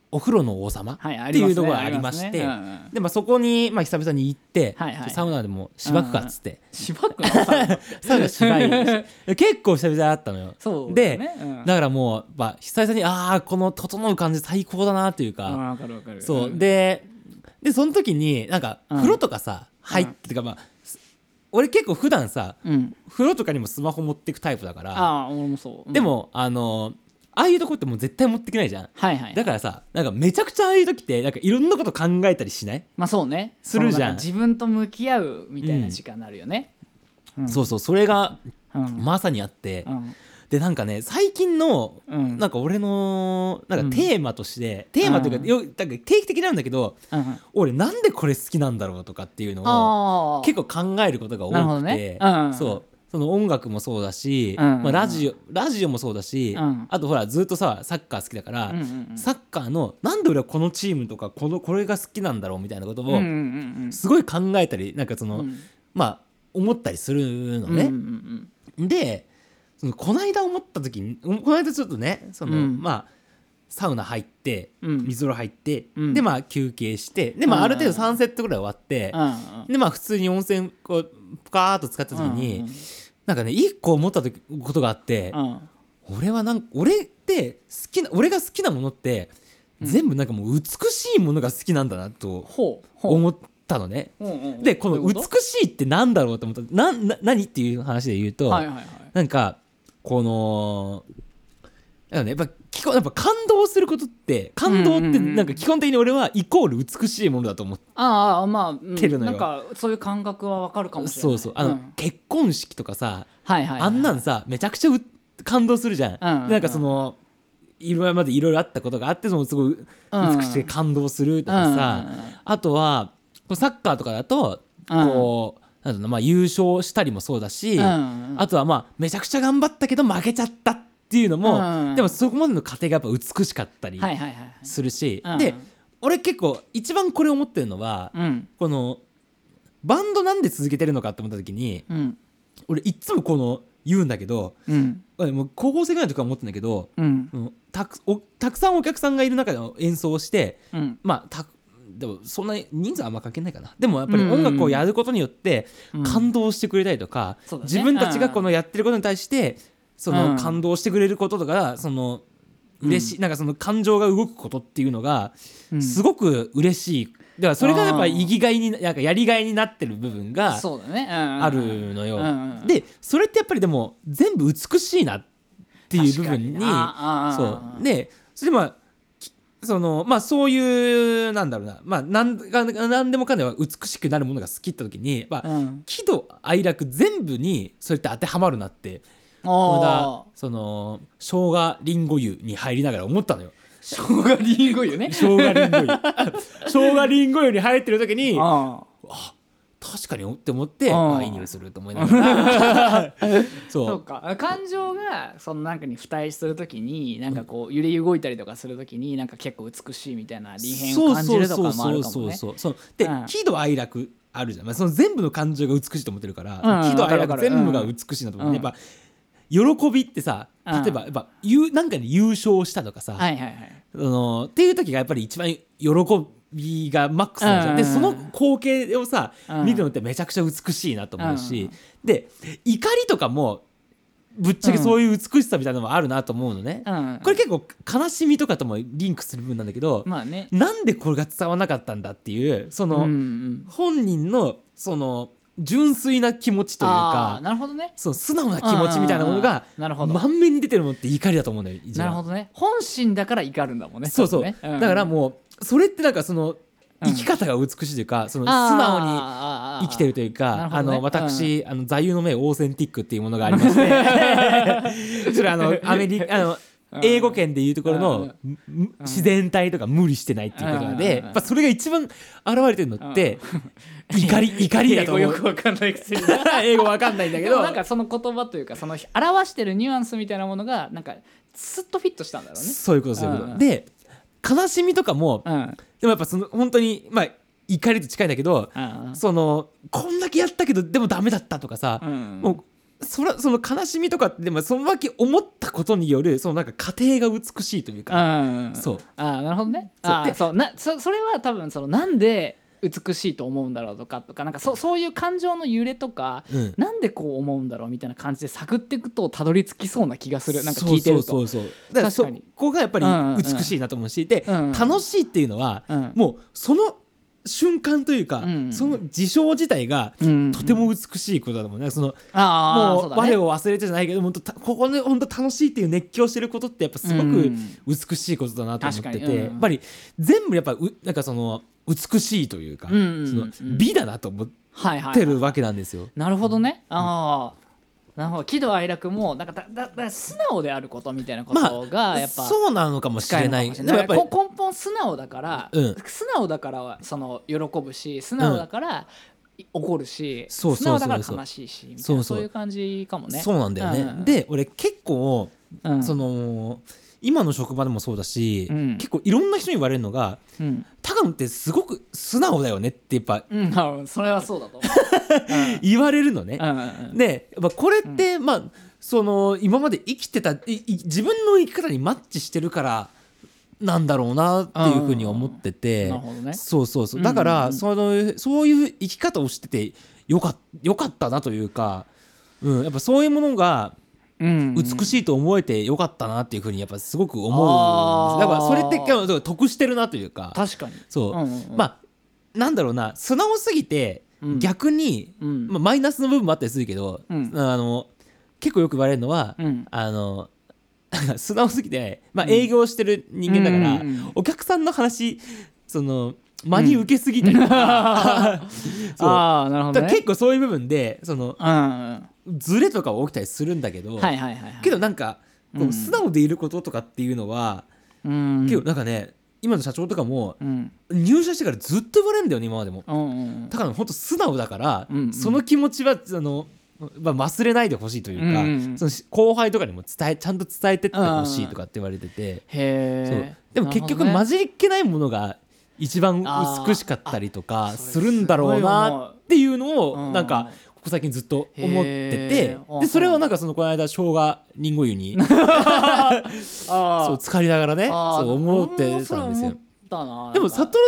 A: お風呂の王様
B: はいあ
A: って
B: りますね
A: いうところがありまして、
B: ありますねうんうん
A: でまあそこに、まあ、久々に行って、
B: はいはい
A: サウナでもしばくかっつって、
B: しばくのサウナ
A: サウナしばい
B: (laughs)
A: で結構久々だったのよ
B: そうだ
A: で、
B: ねうん
A: だからもう、まあ、久々にああこの整う感じ最高だなという
B: あ
A: か、
B: ーわかるわかる
A: そう、
B: ん
A: ででその時になんか
B: うん
A: 風呂とかさ、入っててかまあす俺結構普段さ
B: うん
A: 風呂とかにもスマホ持ってくタイプだから
B: ああ俺もそう、うん
A: でもあのああいうとこってもう絶対持ってきないじゃん
B: はいはい
A: だからさなんかめちゃくちゃああいう時ってなんかいろんなこと考えたりしない、
B: まあそうね
A: するじゃん
B: そのなか自分と向き合うみたいな時間になるよね、うん
A: そうそうそれが
B: うん
A: まさにあって、
B: うん
A: でなんかね最近の
B: うん
A: なんか俺のなんかテーマとして、テーマという
B: う
A: か
B: ん
A: よなんか定期的なんだけど
B: うん
A: 俺なんでこれ好きなんだろうとかっていうのを
B: あ
A: 結構考えることが多
B: なるほど
A: くて、
B: ねうん
A: そうその音楽もそうだし、
B: うん
A: まあ、ラジオラジオもそうだし、
B: うん
A: あとほらずっとさサッカー好きだから、
B: うんうんうん
A: サッカーのなんで俺はこのチームとかこのこれが好きなんだろうみたいなこと
B: 構
A: を
B: うんうん
A: すごい考えたりなんかその、
B: うん
A: まあ思ったりするの
B: うんうんうんうんう
A: ね。
B: ん
A: でそのこの間思った時にこの間ちょっとねその、
B: うん
A: まあサウナ入って
B: うん
A: 水風呂入って、
B: うん
A: でまあ休憩してでまあある程
B: う
A: 度
B: ん
A: 3セットぐらい終わって、
B: うん
A: でまあ普通に温泉こうぷかーっと使った時に、
B: うんうん
A: なんかね一個思った時ことがあって、
B: うん
A: 俺はなんか俺って好きな俺が好きなものって全部なんかもう美しいものが好きなんだなと
B: ほうほう
A: 思ったのね。
B: うんうん
A: でこの
B: どういう
A: 美
B: と
A: しいってなんだろうと思ったなんな何っていう話で言うと、
B: はいはいはい
A: なんかこのなんかねやっぱ基本やっぱ感動することって感動っ
B: うんう
A: て
B: んうん
A: なんか基本的に俺はイコール美しいものだと思って
B: ああまあうん
A: てるの
B: な
A: よ
B: んかそういう感覚はわかるかもしれない
A: そうそうあの、
B: ん
A: 結婚式とかさ
B: はいはいはい
A: あんなんさめちゃくちゃう感動するじゃん、
B: うんうん
A: なんかその今までいろいろあったことがあってそのすごい美しくて感動するとかさ、
B: うんうんうん
A: あとはこうサッカーとかだとこう、なんだろうなまあ、優勝したりもそうだし、
B: うんうん
A: あとはまあめちゃくちゃ頑張ったけど負けちゃったっていうのも、
B: うんうん
A: でもそこまでの過程がやっぱ美しかったり
B: はいはいはい
A: するし、
B: うんうん
A: で俺結構一番これ思ってるのは、
B: うん
A: このバンドなんで続けてるのかって思った時に
B: うん
A: 俺いっつもこの言うんだけど
B: うん
A: 俺もう高校生ぐらいの時から思ってんだけど、
B: うん
A: うん、たくおたくさんお客さんがいる中での演奏をして
B: うん
A: まあたでもそんなに人数あんまかけないかなでもやっぱり
B: うんうんうん
A: 音楽をやることによって
B: うん
A: 感動してくれたりとか、
B: そうだね
A: 自分たちがこのやってることに対してそ
B: う
A: の
B: ん
A: 感動してくれることとかその嬉しい、なんかその感情が動くことっていうのが
B: うん
A: すごく嬉しい、だからそれがやっぱり生きがいになんかやりがいになってる部分が
B: そうだねあ
A: あるのよ。
B: うんうん
A: でそれってやっぱりでも全部美しいなっていう部分にそうでそれでまあきそのまあそういうなんだろうなまあなんがなんでもかんでも美しくなるものが好きって時に、まあ
B: うん
A: 喜怒哀楽全部にそれって当てはまるなってこ
B: あ
A: の間その生姜りんご湯に入りながら思ったのよ。
B: しょうがりんごよね
A: 生姜りんご湯 (laughs) 生姜りんご湯に入ってる時に
B: ああ
A: 確かにおって思って
B: うん
A: ああいい匂いすると思いながら
B: (laughs)
A: そう
B: そうか感情がそのなんかに付帯するときになんかこう揺れ動いたりとかするときになんか結構美しいみたいな
A: そうそうそうそうそう
B: 利変を感じるとかもあるかもね
A: そうそうで、
B: うん
A: 喜怒哀楽あるじゃん、まあ、その全部の感情が美しいと思ってるから、
B: うん
A: 喜怒哀楽
B: わかるわかる
A: 全部が美しいなと思って、
B: うん
A: やっぱ喜びってさ
B: う
A: 例
B: ん
A: えばやっぱ優なんかに優勝したとかさ、
B: はいはいはい
A: あのっていう時がやっぱり一番喜びがマックスなんじゃん、
B: うん
A: でその光景をさ、
B: うん
A: 見るのってめちゃくちゃ美しいなと思うし、
B: うん
A: で怒りとかもぶっちゃけそういう美しさみたいなのもあるなと思うのね、
B: うん
A: これ結構悲しみとかともリンクする部分なんだけど、
B: まあね
A: なんでこれが伝わらなかったんだっていうその、
B: うんうん
A: 本人のその純粋な気持ちという
B: ああ
A: か
B: なるほどね
A: その素直な気持ちみたいなものが
B: うんなるほど
A: 満面に出てるものって怒りだと思うんだよ一
B: な
A: 番
B: るほどね本心だから怒るんだもんね
A: そうそう、
B: 多分ねん
A: だからもうそれってなんかその
B: うん
A: 生き方が美しいというか、その
B: あー
A: 素直に
B: あーあーあー
A: 生きてるという
B: な
A: か
B: るほ
A: あ
B: どね
A: の私、あの座右の銘オーセンティックっていうものがありまして
B: (laughs)
A: それあのアメリカあの
B: うん
A: 英語圏でいうところのむ自然体とか無理してないっていうこと
B: うん
A: でやっぱそれが一番現れてるのって怒
B: 怒 (laughs)
A: り怒りだと思
B: よく
A: う
B: わかんないくせに
A: (laughs) 英語わかんないんだけ
B: で
A: ど
B: もなんかその言葉というかその表してるニュアンスみたいなものがなんかスッとフィットしたんだろうね
A: そういうことそういうこ
B: うんう
A: と
B: ん
A: で悲しみとかも
B: うんうん
A: でもやっぱその本当にまあ怒りと近いんだけど
B: うん
A: そのこんだけやったけどでもダメだったとかさ
B: うん
A: もうそらその悲しみとかってでもそのわけ思ったことによるそのなんか過程が美しいというか
B: うん
A: そう
B: ああなるほどね
A: そう
B: ああ
A: で
B: そうなそそれは多分そのなんで美しいと思うんだろうとかとかなんかそそういう感情の揺れとか、
A: うん
B: なんでこう思うんだろうみたいな感じで探っていくとたどり着きそうな気がするなんか聞いてると
A: そうそうそうそうだからそ
B: 確かに
A: こがやっぱり
B: うんうんう
A: 美
B: ん
A: しいなと思うしで
B: うんうん
A: 楽しいっていうのは
B: うん
A: もうその瞬間というか
B: うんうん
A: その事象自体が
B: うん
A: とても美しいことだと思うねその
B: ああ
A: も
B: そう
A: う
B: だ
A: 我
B: ね
A: を忘れてじゃないけど本当たここで本当楽しいっていう熱狂してることってやっぱすご
B: う
A: く
B: ん
A: 美しいことだなと思ってて、
B: 確かにうん
A: やっぱり全部やっぱうなんかその美しいというか、
B: うんうんうん
A: その美だなと思っ
B: はいはい
A: てるわけなんですよ。
B: なるほどね、ああなるほど喜怒哀楽もなんかだだだ素直であることみたいなことがやっぱ、
A: そうなのかもしれない。で
B: で
A: もやっぱり
B: 根本素直だから、
A: うん
B: 素直だからはその喜ぶし素直だから、い怒るし
A: そうそう
B: 素
A: そう
B: 直
A: そう
B: だから悲しいしみたいな
A: そ
B: そうう
A: そう
B: いう感じかもね。
A: そうなんだよね。
B: うん
A: で俺結構、
B: うん
A: その今の職場でもそうだし、
B: うん
A: 結構いろんな人に言われるのが
B: うん
A: 高野ってすごく素直だよねってやっぱ
B: うん、 (laughs) なるほどそれはそうだ
A: (laughs)
B: と思う
A: 言われるのね。
B: うん。うんうん
A: でやっぱこれって、まあその今まで生きてたいい自分の生き方にマッチしてるからなんだろうなっていうふうに思ってて、
B: うんなるほどね
A: そうそうそう
B: うんうん
A: だ
B: うん
A: から、そのそういう生き方をしててよかっよかったなというか、うん、やっぱそういうものが
B: うんうん、
A: 美しいと思えてよかったなっていうふうにやっぱすごく思うん
B: あー
A: ですだからそれって結構得してるなというか
B: 確かに、
A: そう、
B: うんうんうん
A: まあなんだろうな素直すぎて
B: うん
A: 逆に、
B: うん
A: まあ、マイナスの部分もあったりするけど、
B: うん
A: あの結構よく言われるのは、
B: うん
A: あの (laughs) 素直すぎて、まあ、営業してる人間だから、
B: うんうんうん
A: お客さんの話その間に受けすぎたり (laughs) とか、そう
B: ああなるほ
A: だか
B: ど
A: ら
B: ね。
A: 結構そういう部分でその
B: うんうん
A: ズレとかは起きたりするんだけど、
B: はいはいはいはい。
A: けどなんかこ
B: う
A: うん素直でいることとかっていうのは、
B: うん
A: 結構なんかね今の社長とかも
B: うん
A: 入社してからずっと言われるんだよね今までも。
B: うんうん
A: だから本当素直だから、
B: うんうん
A: その気持ちはあの、まあ、忘れないでほしいというか、
B: うんうん
A: その後輩とかにも伝えちゃんと伝えてってほしいとかって言われてて、
B: へ
A: そう
B: え
A: でも結局
B: なるほどね
A: 混じりっけないものが一番美しかったりとかするんだろうなっていうの
B: うん
A: をなんかここ最近ずっと思って
B: へ
A: て
B: ー
A: でそれをなんかそのこの間生姜りんご湯
B: (laughs)
A: に
B: あ
A: そう
B: ー
A: 浸かりながらね
B: あー
A: そう思ってたんです
B: 俺もそれ思
A: よ
B: っ。たな
A: でも
B: なんか
A: 悟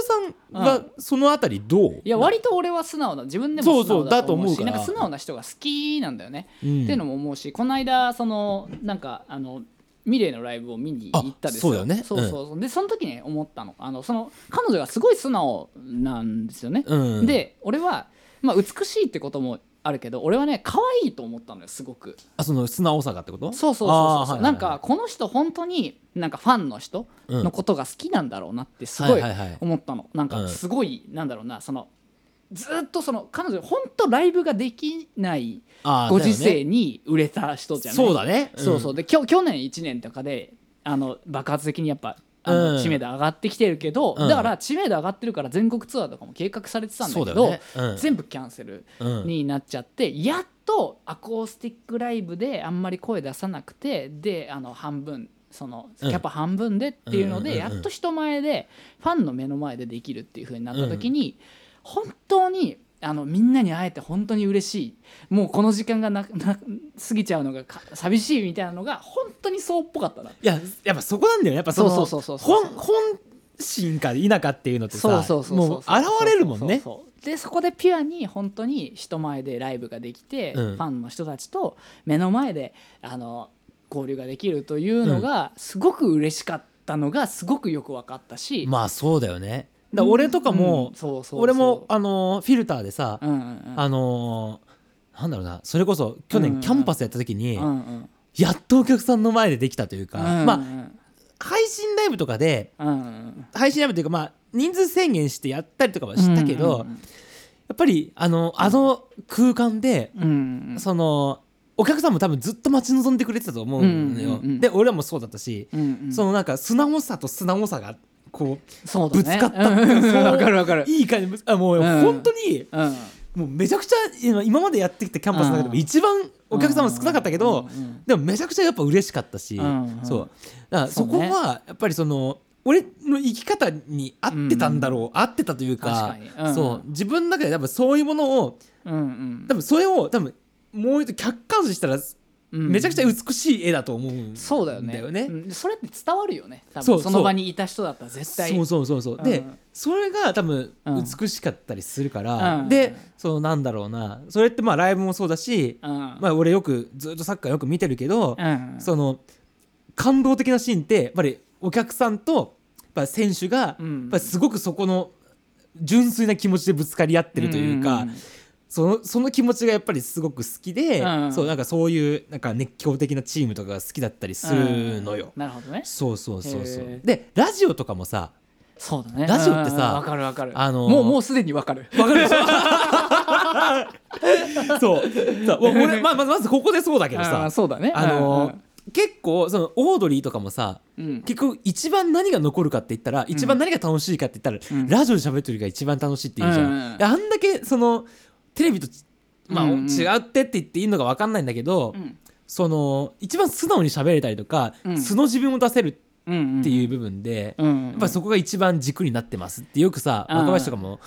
A: さんがそのあたりどう
B: いや割と俺は素直な自分でも素直だと思うし
A: そうそうだと思うから
B: なんか素直な人が好きなんだよね、
A: うん
B: っていうのも思うしこの間そのなんかあのミレイのライブを見に行ったんです
A: あそ
B: よ
A: うだよね
B: そうそうそうでその時に思ったのあのその彼女がすごい素直なんですよね、
A: うん
B: で俺は、まあ、美しいってこともあるけど俺はね可愛いと思ったのよすごく
A: あその素直さがってこと
B: そうそうそうそう、
A: あーはいはいはい
B: なんかこの人本当になんかファンの人
A: うん
B: のことが好きなんだろうなってすごい
A: はいはいはい
B: 思ったの、なん
A: う
B: か
A: ん
B: すごいなんだろうなそのずーっとその彼女本当ライブができない
A: あー
B: ご時
A: だよね
B: 世に売れた人じゃない
A: そうだねん
B: そうそうできょ去年1年とかであの爆発的にやっぱあの
A: うん
B: 知名度上がってきてるけど、
A: うん
B: だから知名度上がってるから全国ツアーとかも計画されてたんだけ
A: そう
B: ど
A: だよねうん
B: 全部キャンセル
A: うん
B: になっちゃって、やっとアコースティックライブであんまり声出さなくてであの半分そのキ
A: うん
B: ャパ半分でっていうので、
A: うんうんうんうん
B: やっと人前でファンの目の前でできるっていう風になった時に、本当にあのみんなに会えて本当に嬉しいもうこの時間がなな過ぎちゃうのがか寂しいみたいなのが本当にそうっぽかったな。
A: いややっぱそこなんだよねやっぱその
B: そうそうそうそう
A: 本本心か否かっていうのってさ
B: そうそうそう
A: もう現れるもんね
B: そうそうそうでそこでピュアに本当に人前でライブができて、
A: うん
B: ファンの人たちと目の前であの交流ができるというのがすごく嬉しかったのがすごくよく分かったし、
A: まあそうだよねだから俺とかも
B: うんそうそうそう
A: 俺もあのーフィルターでさ
B: うんうんうん
A: あのーなんだろうなそれこそ去
B: うんう
A: 年
B: ん
A: キャンパスやった時に
B: うんうん
A: やっとお客さんの前でできたというか
B: うんうん
A: まあ配信ライブとかで
B: うんうん
A: 配信ライブというかまあ人数制限してやったりとかはしたけど、
B: うんうん
A: やっぱりあのあの空間で、
B: うんうん
A: そのお客さんも多分ずっと待ち望んでくれてたと思うのよ、
B: うんうんうん
A: で俺らもそうだったし、
B: うんうん
A: そのなんか素直さと素直さがこう
B: そうだ
A: ぶ
B: ね
A: つかった
B: うんうんわかるわかる
A: いい感じぶつあもう
B: うん
A: 本当に、
B: うん
A: もうめちゃくちゃ今今までやってきたキャンパスの中でも
B: うん
A: 一番お客様少なかったけど、
B: うんうん
A: でもめちゃくちゃやっぱ嬉しかったし、
B: うんうん
A: そうだからそこ
B: そうね
A: はやっぱりその俺の生き方に合ってたんだろう、合ってたというか
B: 確かにうん
A: そう自分の中で多分そういうものを
B: うんうん
A: 多分それを多分もう一度客観視したら
B: うん
A: めちゃくちゃ美しい絵だと思うん
B: そうだよね
A: だよね
B: うんそれって伝わるよね多分
A: そう
B: そ
A: そう
B: の場にいた人だったら絶対
A: そうそうそうそう、
B: うん
A: でそれが多分
B: うん
A: 美しかったりするから、
B: うん
A: でそのなんだろうなそれってまあライブもそうだし、
B: うんうん
A: まあ、俺よくずっとサッカーよく見てるけど、
B: うん
A: その感動的なシーンってやっぱりお客さんとやっぱ選手が
B: う
A: や
B: ん
A: っぱりすごくそこの純粋な気持ちでぶつかり合ってるというか、
B: んんん
A: そのその気持ちがやっぱりすごく好きで、
B: うん
A: そうなんかそういうなんか熱狂的なチームとかが好きだったりするのよ。
B: うんなるほどね
A: そうそうそうそ
B: へ
A: う
B: ー
A: でラジオとかもさ
B: そうだね
A: ラジオってさ
B: うんうんわかるわかる
A: あのー
B: もうもうすでにわかる
A: わかるでしょ (laughs) そうそうお俺、まあ、まずまずここでそうだけど
B: あー
A: さ
B: そうだね
A: あのー結構そのオードリーとかもさ
B: うんうん
A: 結局一番何が残るかって言ったら一番何が楽しいかって言ったら、
B: うん
A: ラジオで喋ってるが一番楽しいって言うじゃん、
B: うん
A: であんだけそのテレビとち、まあ
B: うんうん
A: 違ってって言っていいのか分かんないんだけど、
B: うん
A: その一番素直に喋れたりとか、
B: うん
A: 素の自分を出せる
B: うんうん
A: っていう部分で、
B: うんうん
A: やっぱそこが一番軸になってますってよくさ
B: うん
A: 若林とかも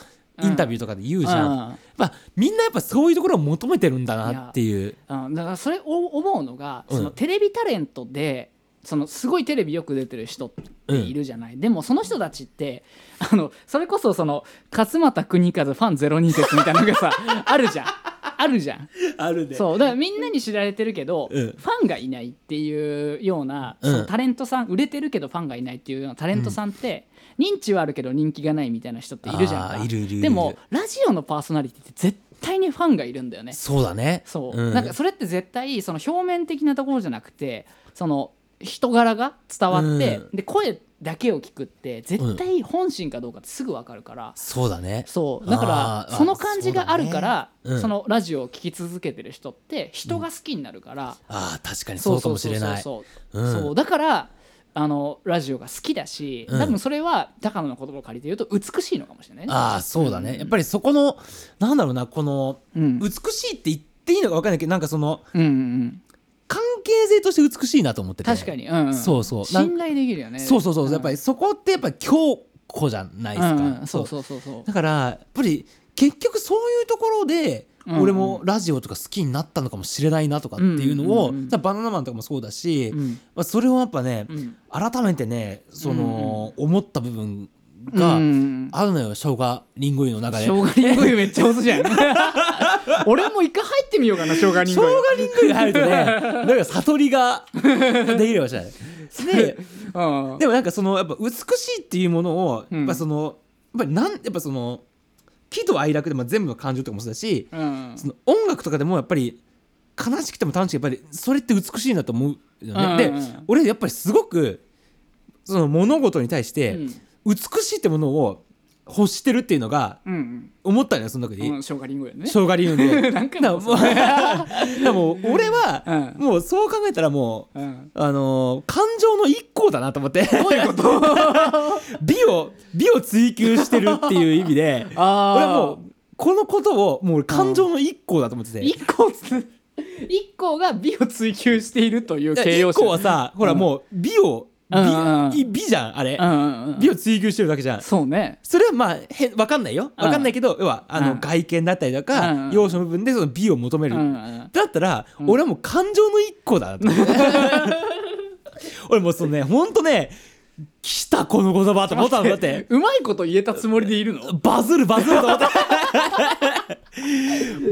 A: インタビューとかで言うじゃん、
B: うん
A: やっぱみんなやっぱそういうところを求めてるんだなっていう
B: うんだからそれを思うのが
A: うん
B: そのテレビタレントでそのすごいテレビよく出てる人っているじゃない、でもその人たちってあのそれこそその勝俣邦和ファン02説みたいなのが
A: (laughs)
B: さあるじゃんあるじゃん
A: あるね
B: そうだからみんなに知られてるけど、
A: うん
B: ファンがいないっていうような、
A: うん
B: そのタレントさん売れてるけどファンがいないっていうようなタレントさんって、認知はあるけど人気がないみたいな人っているじゃん
A: あ
B: か
A: ーいるいるいる
B: でもラジオのパーソナリティって絶対にファンがいるんだよね
A: そうだね
B: そう、
A: うん
B: なんかそれって絶対その表面的なところじゃなくてその人柄が伝わって、
A: うん
B: で声だけを聞くって絶対本心かどうかってすぐ分かるから、
A: そうだね
B: そうだか
A: あ
B: ら
A: ー
B: その感じがあるからそ,、
A: そうだねうん
B: のラジオを聴き続けてる人って人が好きになるから、
A: あー確かにそうかもしれない
B: そうそう
A: う
B: そうんそうだからあのラジオが好きだし、
A: うん
B: 多分それは高野の言葉を借りて言うと美しいのかもしれないね。
A: ああそうだねやっぱりそこのなんだろうなこの
B: うん
A: 美しいって言っていいのか分かんないけどなんかその
B: うんうん、
A: 関係性として美しいなと思ってて
B: 確かに、うんうん
A: そうそうなん
B: 信頼できるよね
A: そうそうそう、やっぱりそこってやっぱ強子じゃないですか、
B: うんうんそうそうそうそう
A: だからやっぱり結局そういうところで
B: うんうん
A: 俺もラジオとか好きになったのかもしれないなとかっていうのを、
B: うんうんうんうん
A: さバナナマンとかもそうだし、
B: うん
A: まあ、それをやっぱね、
B: うん
A: 改めてねその、思った部分
B: う
A: が
B: ん
A: あるのよ、生姜りんご湯の中で。
B: 生姜リンゴ湯めっちゃ
A: (laughs)
B: おすじゃん俺も一回入ってみようかな生姜リン
A: 生
B: ゴ
A: 姜り
B: 湯
A: んご湯に入るとねなんか悟りができればしれない。
B: (laughs)
A: で
B: うん
A: でもなんかそのやっぱ美しいっていうものを、
B: うん
A: やっぱそのやっぱりなんやっぱその喜怒哀楽でも全部の感情とかもそうだし、
B: うん
A: その音楽とかでもやっぱり悲しくても楽しくてもやっぱりそれって美しいなと思うよね。
B: うんうんうん
A: で俺やっぱりすごくその物事に対して
B: うん
A: 美しいってものを欲してるっていうのが
B: うん
A: 思ったのよその中で、
B: うん生姜リンゴ湯ね
A: 生姜理由で。
B: (laughs) 何回
A: だ
B: も
A: もうだからもう俺は
B: うん
A: もうそう考えたらもう
B: うん
A: あのー感情の一項だなと思ってどういうこと (laughs) 美を美を追求してるっていう意味で俺
B: あー
A: はもうこのことをもう俺感情の一項だと思ってて。
B: 一個つ一個が美を追求しているという形
A: 一
B: 容詞
A: 個はさ、ほらもう美を美,、
B: うんうんうん
A: い美じゃんあれ、
B: うんうんうん
A: 美を追求してるだけじゃん。
B: そうね
A: それはまあへわかんないよわかんないけど、要はあの、
B: うん
A: 外見だったりと
B: うん
A: か、
B: うん
A: 要所の部分でその美を求め
B: う
A: る、
B: んうん
A: だったら、俺はもう感情の一個だな
B: (laughs)
A: と思って俺もうそのねほんとね来たこの言葉と思ったのだって
B: うまいこと言えたつもりでいるの
A: バズるバズると
B: (laughs)
A: 思って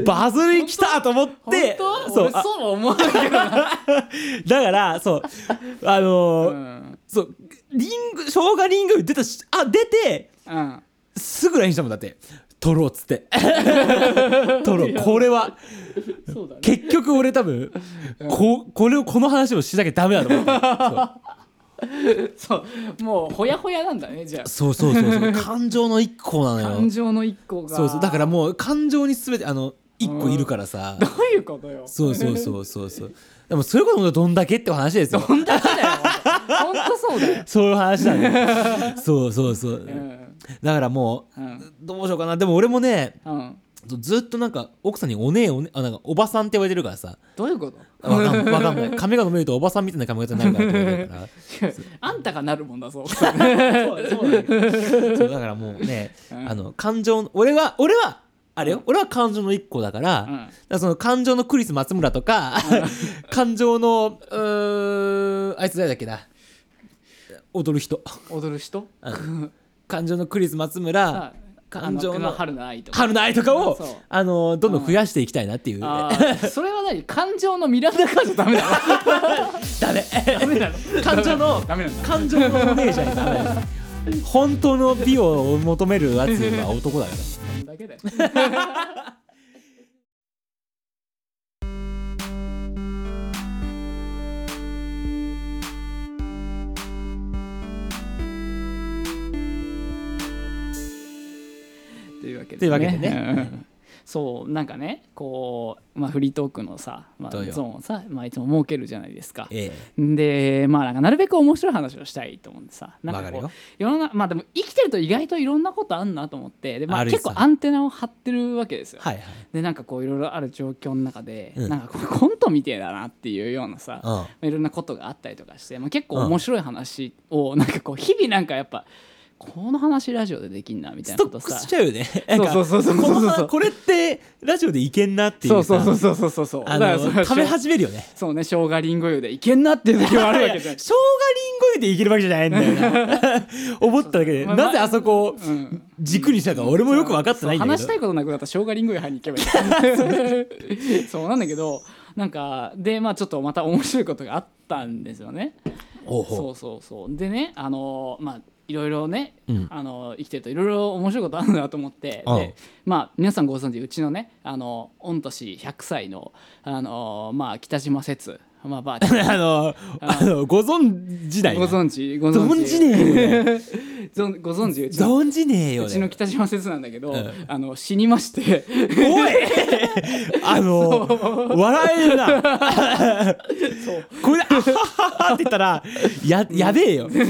A: バズり来たと思って
B: 本当
A: そう
B: 俺
A: あ
B: そうは思わないけどな、
A: だからそうあのー
B: うん
A: そうリング生姜リング出たしあ出て
B: うん、
A: すぐ LINE したもんだって取ろうっつって
B: (laughs)
A: 取ろうこれは
B: そうだね
A: 結局俺多分ここれをこの話をしなきゃダメだと思って
B: そうもうほやほやなんだねじゃあ
A: そうそうそうそうそう感情の一個なの
B: 感
A: よ
B: 情の一個が
A: そうそうだからもう感情に全てあの一個いるからさ
B: どういうことよ
A: そうそうそうそうそうでもそういうこともどんだけって話ですよ
B: ほんとそうだよほんとそうだよ、
A: (laughs) そういう話だねそうそう (laughs) そううんだからもう
B: うん
A: どうしようかなでも俺もね
B: うん、
A: ずっとなんか奥さんにおねえおねえあなんかおばさんって言われてるからさ
B: どういうこと
A: わかんわかんない髪が伸びるとおばさんみたいな髪型になるからって言われたから
B: あんたがなるもんだぞ
A: そうそうだけどそうだからもうね、
B: うん
A: あの感情の俺は俺はあれよ、俺は感情の一個だから,、
B: うん
A: だからその感情のクリス松村とか、感情のうーんあいつ誰だっけな踊る人
B: 踊る人
A: 感情のクリス松村
B: あ
A: 感情
B: あ
A: の
B: 春の愛とか
A: 春の愛とかを
B: そう
A: あのどんどん増やしていきたいなっていう、ね、
B: あーそれは何感情のミランダカーじゃダメだろ
A: (laughs) ダメ
B: ダメだろ
A: 感情の
B: ダメなんだ
A: 感情のマネージャーにダメだよ本当の美を求めるやつは男だから
B: (laughs) そんだけだよというわけでね
A: というわけでね
B: うん (laughs) そうなんかねこう、まあ、フリートークのさ、まあ、ゾ
A: どうよ
B: ーンをさ、まあ、いつも設けるじゃないですか。
A: え
B: でまあなんかなるべく面白い話をしたいと思うんでさなんかこ
A: わかる
B: う
A: よ
B: 世の中まあでも生きてると意外といろんなことあんなと思ってで、まあ、
A: あるさ
B: 結構アンテナを張ってるわけです
A: え
B: よ。
A: はいはい
B: でなんかこういろいろある状況の中で、
A: うん
B: なんかこうコントみてえだなっていうようなさ、まあいろんなことがあったりとかして、まあ、結構面白い話をなんかこう日々なんかやっぱこの話ラジオでできんなみたい
A: ス
B: な
A: ト
B: こと
A: ック
B: さ
A: しちゃうよ
B: (laughs)
A: ね
B: そうそうそうそう
A: なんか
B: そうそう
A: こ
B: そう
A: のこれってラジオでいけんなっていう
B: そう
A: さ
B: そうそうそうそうそうそう
A: あ
B: だからそれ
A: の
B: は
A: 食べ始めるよね
B: そうね生姜りんご湯でいけんなっていう時もあるわけじゃん
A: 生姜りんご湯でいけるわけじゃないんだよ
B: (laughs)
A: な思っただけで
B: まあ
A: なぜあそこを
B: ん
A: 軸にしたか俺もよく分かってないんだけど
B: 話したいことなくなったら生姜リンゴ湯入りに行けばいいそうなんだけどなんかでまあちょっとまた面白いことがあったんですよね
A: おうほう
B: そうそうそうでねあのまあいろいろね、
A: うん
B: あの生きてるといろいろ面白いことあるなと思って
A: ああ
B: でまあ皆さんご存知うちのねあの御年100歳のあのまあ北島節まあばあちゃん
A: あのあのご存知ない
B: ご
A: な
B: 存知ご
A: 存
B: 存
A: じ
B: 知
A: ねえよ
B: (laughs) 存ご存知うちの
A: 存じねえよ
B: うちの
A: ね
B: 北島節なんだけど、
A: ん
B: あの死にまして (laughs)
A: おいあの笑えるなこれで「あははは」って言ったらややべえ
B: (laughs)
A: よ
B: で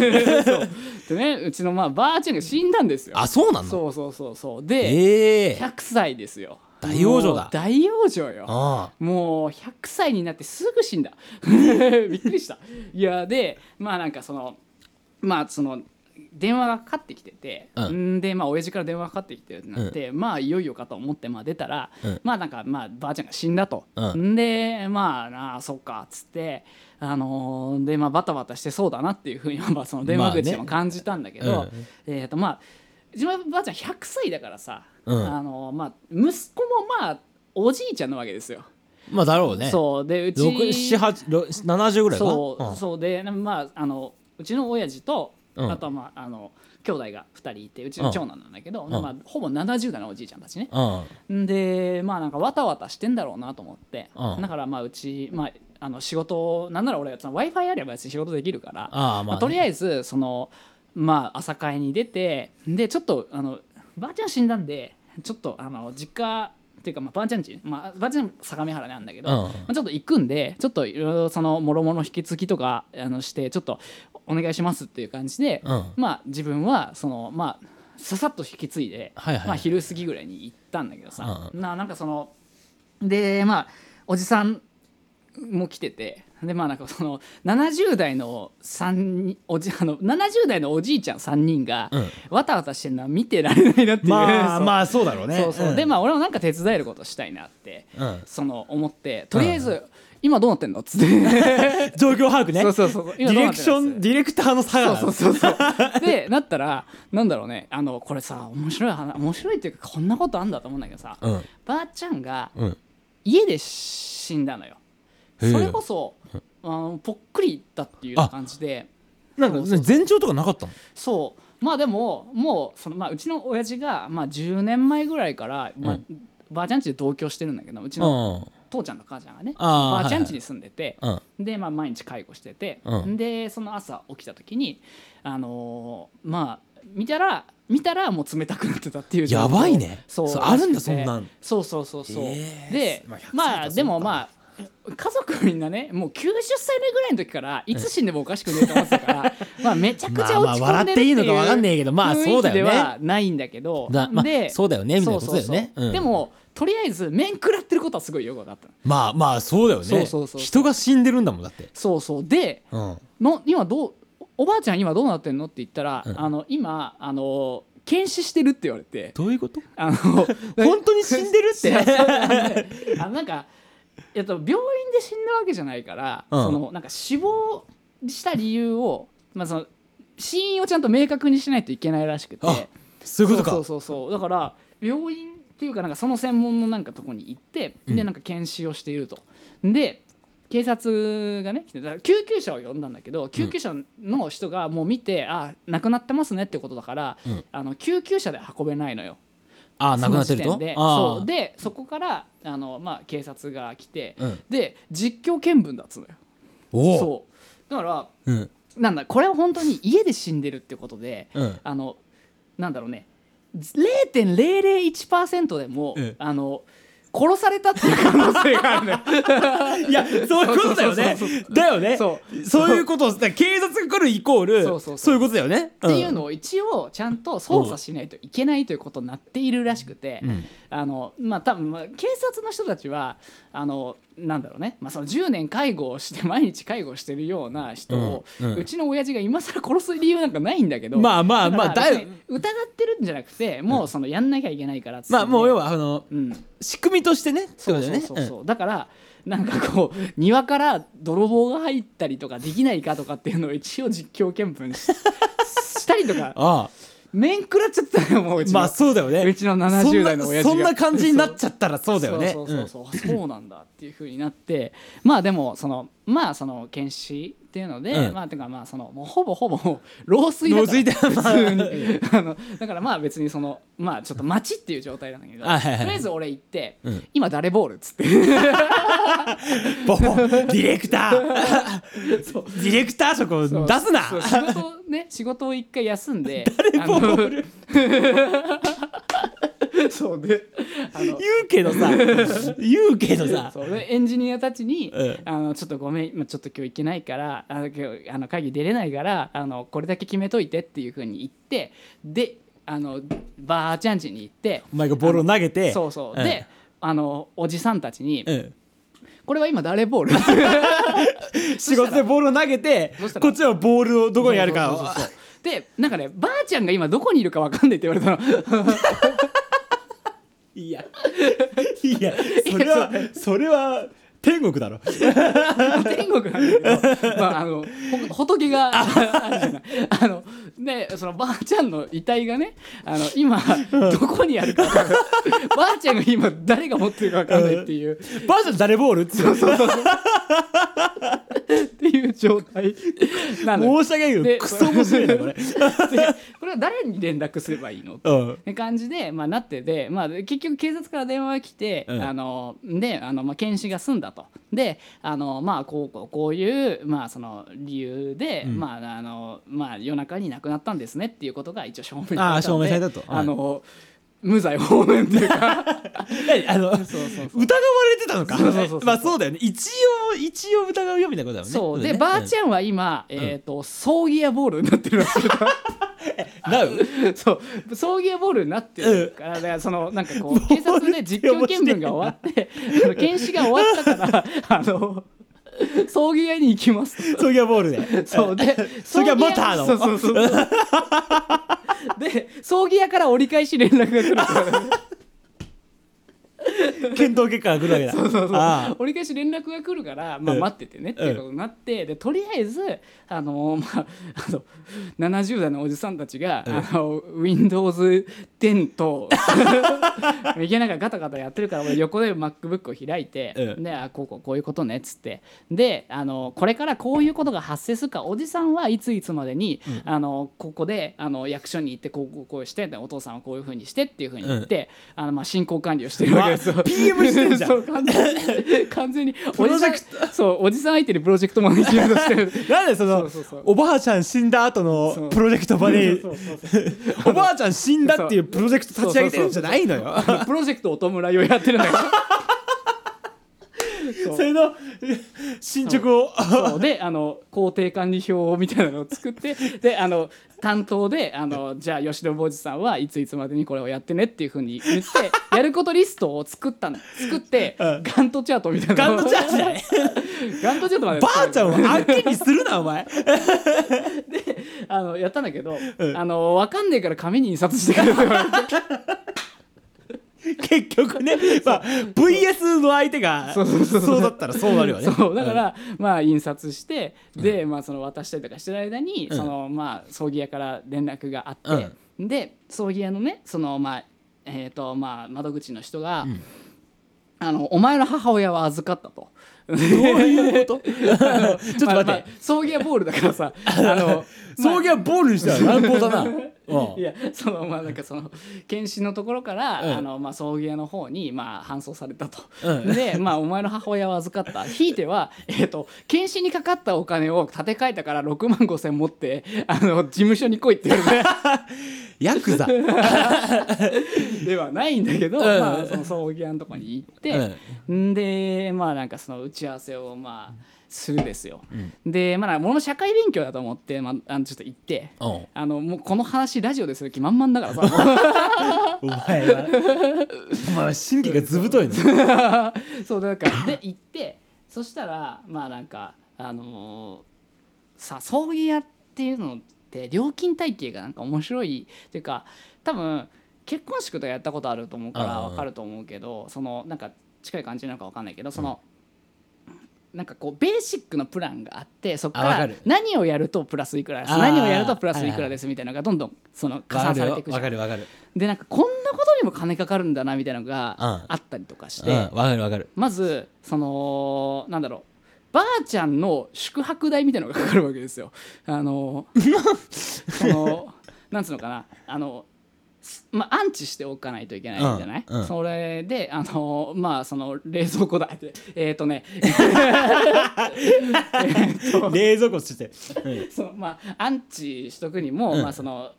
B: ねうちのまあばあちゃんが死んだんですよ
A: あそうなの
B: そうそうそうそうで、
A: ええ
B: 100歳ですよ
A: 大往生だ
B: もう大往生よ
A: あ
B: もう100歳になってすぐ死 (laughs) んだびっくりしたいやでまあなんかそのまあその電話がかかってきてて、、
A: うん
B: でまあ親父から電話がかかってきてるってなって、まあいよいよかと思ってまあ出たら、
A: うん
B: まあなんかまあばあちゃんが死んだと、、
A: うん
B: でまあなあそっかっつってあのーでまあバタバタしてそうだなっていうふうにまあその電話口で
A: まあ
B: も
A: ね
B: 感じたんだけど、
A: うん
B: えっ、とまあ自分のばあちゃん100歳だからさ、
A: うん
B: あのーまあ息子もまあおじいちゃんなわけですよ。
A: まあだろうね
B: そうでうち
A: 70ぐらいか
B: そう、
A: うん
B: そうでなまああのうちの親父と、
A: うん
B: あとはまああの兄弟が2人いてうちの長男なんだけど、
A: ん
B: まあ、ほぼ70代のおじいちゃんたちね、
A: うん
B: でまあなんかわたわたしてんだろうなと思って、
A: うん
B: だからまあうち、まあ、あの仕事なんなら俺 w i f i あれば別に仕事できるから
A: ああ
B: ま
A: ま
B: あ
A: あ
B: とりあ
A: え
B: えずそのまあ朝会に出てでちょっとあのばあちゃん死んだんでちょっとあの実家っていうかまあばあちゃん家、まあ、ばあちゃん相模原なんだけど、
A: うん
B: まあ、ちょっと行くんでちょっといろいろそのもろもろ引き継ぎとかあのしてちょっとお願いしますっていう感じで、
A: うん
B: まあ自分はそのまあささっと引き継いで、
A: はいはい
B: まあ、昼過ぎぐらいに行ったんだけどさ、
A: う
B: ななんかそのでまあおじさんも来ててでまあなんかその70代の三人おじあの70代のおじいちゃん3人が、
A: うん
B: わたわたしてるのは見てられないなっていう
A: まあ
B: そう
A: まあそうだろうね
B: そうそう、で
A: あ
B: まあ俺もなんか手伝えることしたいなって、
A: うん
B: その思ってとりあえず、今どうなってんのっ
A: (laughs)
B: つって。
A: 状況把握ね
B: そうそうそう
A: ディレクションディレクターの差が
B: そうそうそうそうでなったらなんだろうねあのこれさ面白い話面白いっていうかこんなことあんだと思うんだけどさ、
A: うん
B: ばあちゃんが
A: うん
B: 家で死んだのよ、
A: へえ
B: それこそあのぽっくりだっていうような感じで
A: なんか前兆とかなかったの
B: そうまあでももうその、まあ、うちの親父が、まあ、10年前ぐらいから、まあ
A: う
B: ばあちゃん家で同居してるんだけどうち
A: う
B: の
A: ん
B: 父ちゃんと母ちゃんがね
A: あー
B: ばあちゃん家に住んでて、
A: はいはい
B: で、まあ、毎日介護してて、
A: うん
B: でその朝起きた時にあのーまあ見たら見たらもう冷たくなってたっていう状況
A: やばいね
B: そう
A: そうあるんだ
B: らしく
A: そ
B: て
A: んなん
B: そうそうそうそう、
A: えー
B: で
A: まあ100歳
B: まあ
A: だ
B: でも
A: そうか
B: まあ家族みんなねもう90歳目ぐらいの時からいつ死んでもおかしくねえと思ってたから
A: (laughs)
B: まあめちゃくちゃ落ち
A: まあまあ
B: 込んでるって
A: 笑って
B: いう
A: いいのかわかんねえけどまあそうだよね
B: 雰囲気ではないんだけど
A: だまあ
B: で
A: そうだよねみたいなことだよね
B: そうそうそう
A: うん
B: でもとりあえず面食らってることはすごいよく分かった
A: まあまあそうだよね
B: そうそうそう
A: 人が死んでるんだもんだって
B: そうそうで
A: うん
B: の今どうおおばあちゃん今どうなってんのって言ったら、
A: ん
B: あの今あの検視してるって言われて
A: どういうこと (laughs)
B: あの
A: 本当に死んで
B: (laughs)
A: るっ
B: そう
A: て
B: そうあのねあのなんか、えっと、病院で死んだわけじゃないから、
A: うん
B: そのなんか死亡した理由を、まあ、その死因をちゃんと明確にしないといけないらしくて
A: あそういうことか
B: そうそうそうそうだから病院っていうかなんかその専門のなんかとこに行って、でなんか検視をしているとで警察がね来てだから救急車を呼んだんだけど救急車の人がもう見て、あ亡くなってますねってことだから、
A: ん
B: あの救急車で運べないのよ
A: ああなくなってると
B: その時点で
A: ああ
B: そうでそこからあの、まあ、警察が来て、
A: うん
B: で実況見分だっつうのよ
A: おお
B: そうだから
A: うん
B: なんだこれは本当に家で死んでるってことで、 (laughs)
A: うん
B: あのなんだろうね0.001%でも、
A: うん
B: あの殺されたっていう可能性があるのよ
A: (laughs) いやそういうことだよね
B: そうそうそうそう
A: だよね
B: そ
A: そういうことをだから警察が来るイコール
B: そうそうそう
A: そういうことだよね
B: っていうのを一応ちゃんと捜査しないといけないということになっているらしくて、
A: ん
B: あのまあ多分まあ警察の人たちはあのなんだろうね、まあ、その10年介護をして毎日介護してるような人を、う
A: うんうん
B: ちの親父が今更殺す理由なんかないんだけど
A: まあまあまあ
B: だか
A: だい
B: ら別に疑ってるんじゃなくてもうそのやんなきゃいけないからっつって
A: まあもう要はあの
B: うん、
A: 仕組みとしてねって
B: そ
A: こ
B: う
A: とだ
B: そ
A: よ
B: う
A: ね
B: そうそう、だからなんかこう庭から泥棒が入ったりとかできないかとかっていうのを一応実況見分ししたりとか
A: うんあ
B: 面食らっちゃったよもううち
A: あ
B: の、
A: まあそうだよね
B: うちの70代の親父が
A: そんなそんな感じになっちゃったらそうだよね
B: そうそうそうそう,、そうなんだっていうふうになってまあでもそのまあその検視っていうので、
A: うん
B: まあてかまあそのもうほぼほぼ (laughs) 老衰だ
A: 老衰だ
B: から普通に (laughs) あのだからまあ別にそのまあちょっと待ちっていう状態なんだけど、
A: はいはいはい
B: とりあえず俺行って、
A: ん
B: 今誰ボールっつって
A: うんボ
B: (laughs)
A: ボディレクターディレクター職を出
B: そう
A: すな
B: そう仕事をね仕事を一回休んで
A: 誰ボール
B: あのそうであの
A: 言
B: (laughs)
A: うけどさ言うけどさ
B: そうでエンジニアたちに、
A: うん
B: あのちょっとごめん、まあ、ちょっと今日行けないからあの今日あの会議出れないからあのこれだけ決めといてっていうふうに言ってであのばあちゃん家に行って
A: お前がボールを投げて
B: そうそう、
A: ん
B: であのおじさんたちに、
A: うん
B: これは今
A: (laughs)
B: 誰ボール
A: 仕事でボールを投げて
B: そしたら
A: こっちはボールをどこにあるかを
B: (laughs) そうそうそうそうでなんかねばあちゃんが今どこにいるかわかんないって言われたの
A: いやいやそれはそれは天国だろ
B: 天国なんだけど、まあ、あのほ仏が (laughs) あるじゃないあのねそのばあちゃんの遺体がねあの今どこにあるか分かんないばあちゃんが今誰が持ってるか分かんないっていう
A: バージョン誰ボールって申し
B: っていう状態なのよ
A: 訳ないけど
B: で
A: クソ面白いなこれ
B: (laughs) でこれは誰に連絡すればいいの
A: うん
B: って感じで、まあ、なってて、まあ、結局警察から電話が来て、
A: うん
B: あのであの、まあ、検視が済んだとであの、まあ、こうこうこういう、まあ、その理由で、
A: うん
B: まああのまあ、夜中に亡くなったんですねっていうことが一応証明され
A: ああ
B: た
A: 証
B: の
A: 明
B: で
A: されたとはい
B: あの無罪放免っていう
A: (laughs)
B: か
A: えあの
B: そうそうそう。
A: 疑われてたのか
B: そうそうそう
A: まあそうだよね一応一応疑うよみたいなことだもんね
B: そうで、
A: ね
B: ばあちゃんは今、えっ、と葬儀屋ボールになってるらしい
A: うんなう
B: (laughs) そう葬儀屋ボールになってるから、だからそのなんかこう警察で実況見分が終わってあの検視が終わっ
A: (laughs)
B: たからあの葬儀屋に行きます
A: そぎゃボールで
B: とそうで
A: (laughs) それが
B: 葬儀屋
A: またあの
B: そうそうそうそうで葬儀屋から折り返し連絡が来るから
A: 検討結果が来るわ
B: (laughs)
A: けだそうそうそうあ
B: 折り返し連絡が来るから、まあ、
A: うん
B: 待っててねっていうことになって、でとりあえずあの、まあ、あの70代のおじさんたちが、あの Windows10 (laughs) と右なんかガタガタやってるから俺横で MacBook を開いて、
A: うん
B: であこうこうこういうことねっつってであのこれからこういうことが発生するからおじさんはいついつまでに、あのここであの役所に行ってこうこうこうしてでお父さんはこういうふうにしてっていうふうに言って、あのまあ、進行管理をしてるわけですよ
A: うわ。PM してんじゃん
B: (laughs) そう完全に (laughs) 完全に
A: プロジェ
B: おじさんそうおじさん相手にプロジェクトマネジメントし
A: (laughs)
B: てる
A: なんでそ
B: そ
A: の
B: うそうそう
A: おばあちゃん死んだ後
B: そう
A: のプロジェクト場に
B: そうそうそう
A: おばあちゃん死んだっていうプロジェクト立ち上げてるんじゃないのよ
B: あのプロジェクトお弔いをやってる
A: (laughs)
B: んだけどそう
A: それの進捗を
B: そうであの工程管理表みたいなのを作
A: (laughs)
B: ってであの担当であのじゃあ吉野坊主さんはいついつまでにこれをやってねっていうふうに言ってやることリストを作ったの作って、
A: うん
B: ガントチャートみたいな
A: ガ
B: のを
A: ンドチャートじゃない
B: ガントチャートまで
A: ば
B: 作る
A: あちゃんをあっけにするなお前
B: あのやったんだけど、
A: うん
B: あの分かんねえから紙に印刷してくれって言われて
A: 結局ねまあ VS の相手が
B: そうそうそう
A: そうだったらそうなるよね
B: そうだから、まあ印刷してで、まあ、その渡したりとかしてる間に、
A: うん
B: そのまあ葬儀屋から連絡があって、で葬儀屋のねそのまあえっ、とまあ窓口の人が、あの「お前の母親は預かった」と。どう (laughs) いうことちょっと待
A: って
B: 葬儀屋ボールだからさ (laughs) あの
A: 葬儀はボールにしたら乱暴だなうん
B: (laughs) いやそのまあなんかその検診のところから、
A: うん
B: あのまあ葬儀屋の方にまあ搬送されたと、
A: うん
B: でまあお前の母親は預かったひいてはえっ、と検診にかかったお金を立て替えたから6万5千持ってあの事務所に来いって言われ
A: ヤクザ
B: てではないんだけど、
A: うん
B: まあその葬儀屋のとこに行って、
A: うん
B: んでまあなんかその打ち合わせをまあするですよ、でまあもの社会勉強だと思って、まあ、あのちょっと行って
A: うん
B: あのもうこの話ラジオでする気満々だからさもう
A: お前はお前は神経がずぶといのう
B: (laughs) そう
A: (laughs)
B: なんかで行ってそしたらまあなんかあのーさ葬儀屋っていうのって料金体系がなんか面白いっていうか多分結婚式とかやったことあると思うから
A: あー
B: わかると思うけどそのなんか近い感じなのかわかんないけどその、なんかこうベーシックのプランがあってそこか
A: あわからる
B: 何をやるとプラスいくらです
A: あー
B: 何をやるとプラスいくらですみたいなのがどんどんその加算されていくじゃん
A: わかるわかる
B: でなんかこんなことにも金かかるんだなみたいなのが
A: うん
B: あったりとかし
A: う
B: て、
A: んわかるわかる
B: まずそのなんだろうばあちゃんの宿泊代みたいなのがかかるわけですよ。あ
A: (laughs)
B: のそのなんつうのかなあのすまあ、安置しておかないといけないんじゃない、
A: うんうん
B: それであのまあその冷蔵庫代えっ、とね (laughs)
A: 冷蔵庫としてうん
B: そのまあ安置しとくにも、
A: うん
B: まあその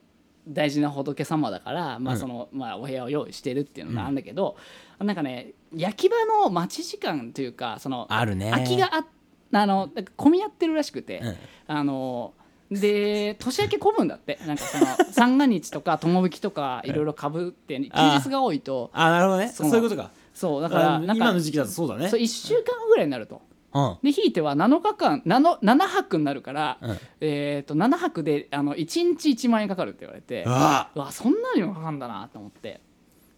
B: 大事な仏様だから、まあ
A: うん
B: そのまあ、お部屋を用意してるっていうのなんだけど、なんかね焼き場の待ち時間というかその
A: あるね
B: 空きがああのなんか混み合ってるらしくて、
A: うん
B: あので年明け混むんだってなん
A: (laughs)
B: かその三が日とか友引とかいろいろかぶって休
A: あー
B: 日が多いと
A: あなるほどね
B: そ
A: そうういうことか
B: そうだ
A: だ
B: からなんか
A: 今の時期だとそうだね
B: そう1週間ぐらいになると
A: うん
B: でひいては7日間 7, 7泊になるから、
A: うん
B: えー、と7泊であの1日1万円かかるって言われて
A: あ
B: うわそんなにもかかんだなと思って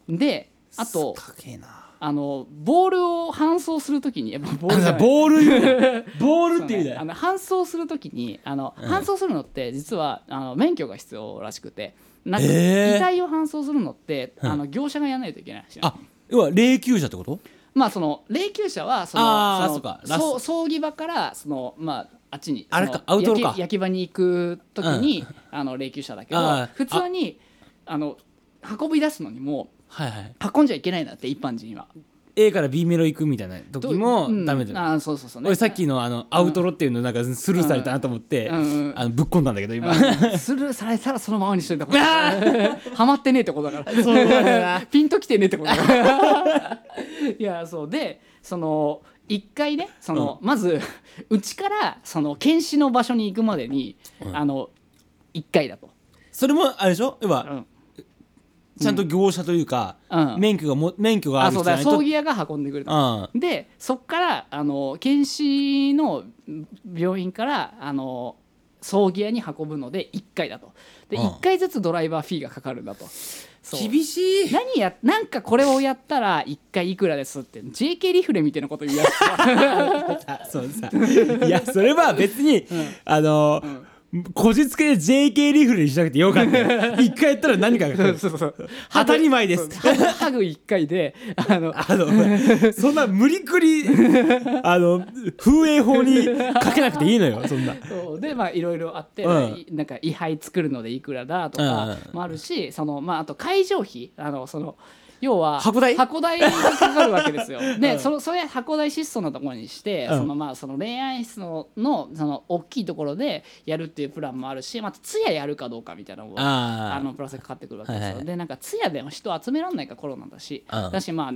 B: であと
A: 高えな
B: あのボールを搬送するときにやっぱボールじゃない
A: ボール言う
B: (laughs)
A: なボールっていう
B: そうね
A: だ
B: あ
A: よ
B: の搬送するときにあの、
A: ん
B: 搬送するのって実はあの免許が必要らしくてなんか
A: えー
B: 遺体を搬送するのって、
A: うん
B: あの業者がやらないといけないし、
A: あ要は霊柩車ってこと
B: まあその霊柩車はそ
A: あー
B: の
A: そ
B: その
A: うかラス
B: そう葬儀場からそのまああっちに
A: あれか
B: その
A: アウトロか
B: 焼き焼き場に行く時に、あの霊柩車だけど
A: あー
B: 普通にあの運び出すのにも
A: はいはい
B: 運んじゃいけないんだって一般人は。
A: A から B メロ行くみたいな時も
B: うん
A: ダメだよ、
B: あーそうそうそうね
A: 俺さっきのあのアウトロっていうのなんかスルーされたなと思って、
B: うんうん
A: あのぶっ込んだんだけど今、
B: うんスルーされたらそのままにしといた方が (laughs) ハマってねえってことだから
A: そうだな
B: (laughs) ピンときてねえってことだから
A: (laughs)
B: いやそうでその一回ねその、まずうちからその検視の場所に行くまでに、
A: うん
B: あの一回だと、
A: それもあれでしょ要
B: う
A: は
B: ん
A: ちゃんと業者というか、
B: うん
A: 免許がも免許があ
B: あ
A: る
B: そう
A: 人じゃ
B: だ
A: ないと
B: 葬儀屋が運んでくれた
A: うん
B: でそっからあの検視の病院からあの葬儀屋に運ぶので1回だとで
A: うん
B: 1回ずつドライバーフィーがかかるんだとそう
A: 厳しい
B: 何やなんかこれをやったら1回いくらですって JK リフレみたいなこと
A: (laughs)
B: 言うやつさ
A: あそうさいやそれは別に、あのこじつけで JK リフルにしなくてよかった
B: (laughs)
A: よ一回やったら何かが来る
B: そうそう
A: 当たり前です
B: ハグハグ1回で
A: (laughs)
B: あの
A: あのそんな無理くりあの風営法にかけなくていいのよそんな
B: そうでまあいろいろあって、
A: うん
B: いなんか位牌作るのでいくらだとか
A: うん
B: もあるし、そのまああと会場費あのその要は
A: 箱代
B: 箱代がかかるわ
A: (laughs)
B: けですよ。で、そのそれ箱代質素なところにして、
A: うん
B: そのまあその恋愛室ののその大きいところでやるっていうプランもあるし、また通夜やるかどうかみたいなのもあ
A: あ
B: のプラスがかかってくるわけですよ、
A: はいはい
B: でなんか通夜でも人集めらんないからコロナだし、
A: うん
B: だしまあ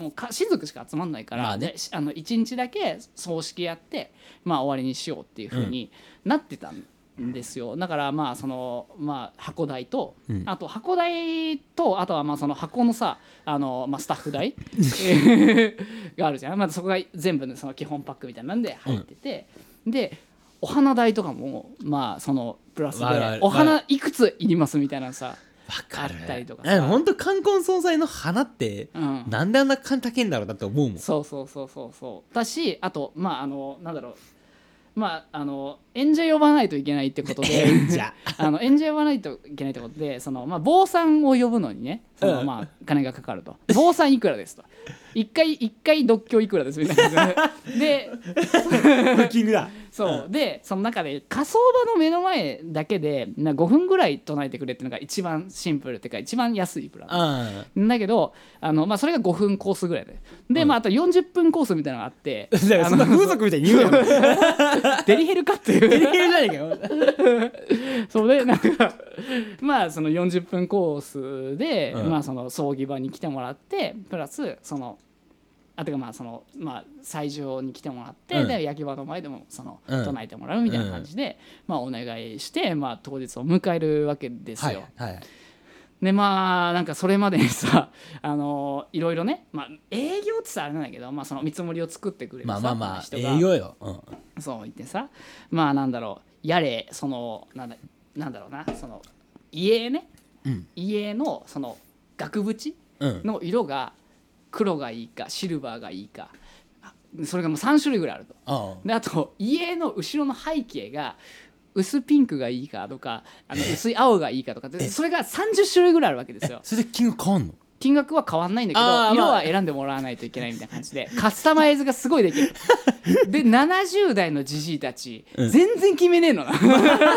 B: もうか親族しか集まんないから、
A: まあね
B: でしあの1日だけ葬式やって、まあ、終わりにしようっていうふうになってたんですよ、だからまあその、まあ、箱代と、
A: うん
B: あと箱代とあとはまあその箱のさあの、まあ、スタッフ
A: (laughs)
B: 代えーがあるじゃん、まあ、そこが全部のその基本パックみたいなんで入ってて、でお花代とかもまあそのプラスで
A: わかる
B: お花いくついりますみたいなさ、
A: か
B: あったりとかさ
A: でも本当冠婚葬祭の花って、
B: うん、
A: なんであんな簡単けんだろうだって思うもん
B: そうそうそうそうそうだしあとまああのなんだろうまああの演者呼ばないといけないってことで (laughs) あの演者呼ばないといけないってことでその、まあ、坊さんを呼ぶのにねその、
A: うん
B: まあ、金がかかると坊さんいくらですと一回一回独協いくらですみたいな感
A: (laughs)
B: じでで
A: ブッキングだ
B: そうでその中で火葬場の目の前だけでな5分ぐらい唱えてくれっていうのが一番シンプルっていうか一番安いプラン
A: うん
B: だけどあの、まあ、それが5分コースぐらいでで、まあ、あと40分コースみたいなのがあって
A: (laughs) だから
B: あ
A: そんな
B: の
A: 風俗みたいに言うなよ
B: デリヘルかっ
A: (laughs)
B: て
A: デリ
B: いう
A: ヘルじゃねえかよ
B: そうでなんか (laughs) まあその40分コースで、
A: うん
B: まあ、その葬儀場に来てもらってプラスそのあてかまあそのまあ斎場に来てもらって、
A: うん
B: で焼き場の前でもその
A: うん
B: 唱えてもらうみたいな感じで、まあ、お願いして、まあ、当日を迎えるわけですよ。
A: はいはい
B: でまあなんかそれまでにさ (laughs) あのいろいろね、まあ、営業ってさあれなんだけど、まあ、その見積もりを作ってくれる
A: まあ
B: さ
A: まあまあ
B: 人が
A: 営業よ、うん、
B: そう言ってさまあなんだろうやれそのなんだなんだろうなその家ね、
A: うん
B: 家のその額縁
A: うん
B: の色が黒がいいかシルバーがいいかあそれがもう3種類ぐらいあると。
A: あ
B: であと家の後ろの背景が薄ピンクがいいかとかあの薄い青がいいかとかでそれが30種類ぐらいあるわけですよ。
A: それで金額変わんの
B: 金額は変わんないんだけ
A: あー
B: ど
A: ま
B: 色
A: あ
B: は選んでもらわないといけないみたいな感じで (laughs) カスタマイズがすごいできるで70代のじじいたち、
A: うん
B: 全然決めねえのな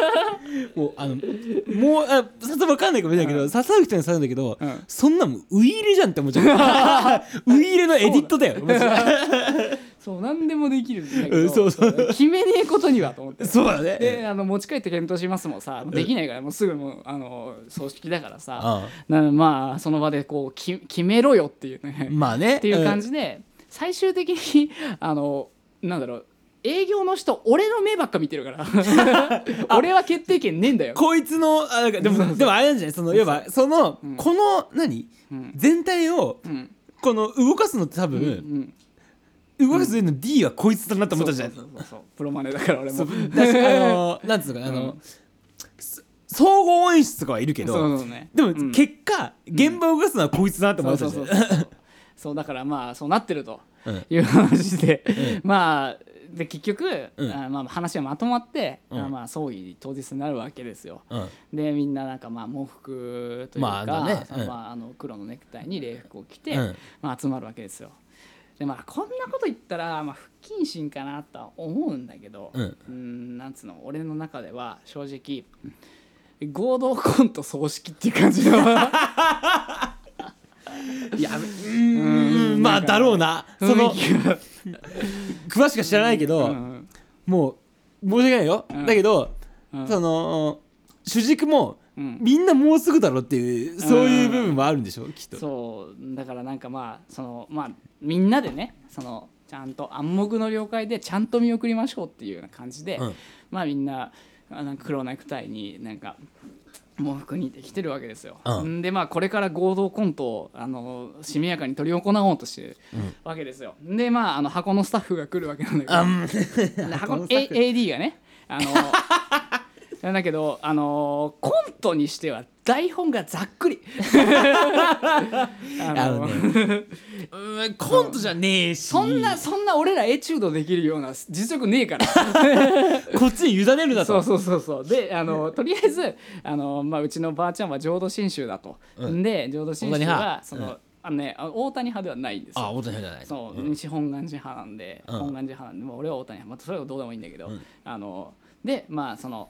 B: (laughs)
A: もうあのもうあさすがわかんないかもしれないけど、刺さる人に刺さるんだけど、
B: うん
A: そんなもんウイイレじゃんって思っちゃ
B: (laughs)
A: うウイイレのエディットだよマジで
B: そう何でもできるんだけど、
A: うんそうそう
B: 決めねえことにはと
A: (laughs)
B: 思って
A: そうだね
B: であの持ち帰って検討しますもんさできないからもうすぐもうあの葬式だからさ
A: あ
B: なのでまあその場でこうき決めろよっていうね
A: まあね
B: っていう感じで、最終的に (laughs) あのなんだろう営業の人俺の目ばっか見てるから
A: (laughs)
B: 俺は決定権ねえんだよ
A: うん、こいつのあなんかでもでもあれなんじゃないそのいわばその、
B: うん
A: この何
B: うん
A: 全体を
B: うん
A: この動かすのって多分、
B: うん
A: 動かすの D はこいつだなと思ったじゃん。
B: そうそうそうそうプロマネだから俺も
A: だしあのなんつうのかなあ
B: う
A: の
B: ん
A: そ総合演出とかはいるけ
B: (laughs) そ
A: ど
B: うそうね
A: でも
B: うん
A: 結果現場を動かすのはこいつだなと
B: そ
A: 思
B: う
A: った
B: そ
A: じゃ
B: うそ
A: ん
B: うそうそうだからまあそうなってると
A: うん
B: いう話で、
A: う
B: まあで結局、
A: うん
B: あまあ、話がまとまって、
A: うん
B: あまあ、葬儀当日になるわけですよ。
A: うん
B: でみんななんかまあ喪服というか、
A: まあね
B: その
A: うん
B: まああの黒のネクタイに礼服を着て、
A: うん
B: まあ、集まるわけですよ。でまあこんなこと言ったら、まあ、不謹慎かなとは思うんだけど、
A: うん
B: ーんなんつうの俺の中では正直合同コント葬式っていう感じ
A: (laughs)
B: の
A: いやうー
B: うん
A: んま
B: な
A: あ
B: んか
A: だろうなその
B: (laughs) 雰囲気が
A: 詳しくは知らないけ
B: う
A: ど
B: ん
A: もう申し訳ないよ
B: ん
A: だけど
B: うん
A: その主軸も
B: うん
A: みんなもうすぐだろっていうそういう部分もあるんでしょきっと。
B: そうだからなんかまあそのまあみんなでねそのちゃんと暗黙の了解でちゃんと見送りましょうっていうような感じで、
A: うん
B: まあみんなあなんか黒ネクタイになんか喪服にできてるわけですよ。
A: うん
B: んでまあこれから合同コントをあの速やかに執り行おうとしてるわけですよ。でまああの箱のスタッフが来るわけなんだけど
A: あん
B: で箱の A- AD がね
A: (laughs)
B: あのなんだけどあのコントにしては台本がざっ
A: (laughs)
B: くりあ
A: あのねうんコントじゃねえし
B: そんなそんな俺らエチュードできるような実力ねえから
A: こっちに委ねる (laughs) な
B: そう
A: と
B: そうそうそうであのとりあえずあの、まあ、うちのばあちゃんは浄土真宗だと、
A: うん
B: で浄土真
A: 大谷
B: 宗は
A: 派
B: その、
A: うん
B: あのね、あ大谷派ではないんですよ
A: あ大谷じゃない
B: そう、
A: ん
B: 西本願寺派なんで、
A: うん
B: 本願寺派なんで、まあ、俺は大谷派、まあ、それはどうでもいいんだけど、
A: うん
B: あのでまあその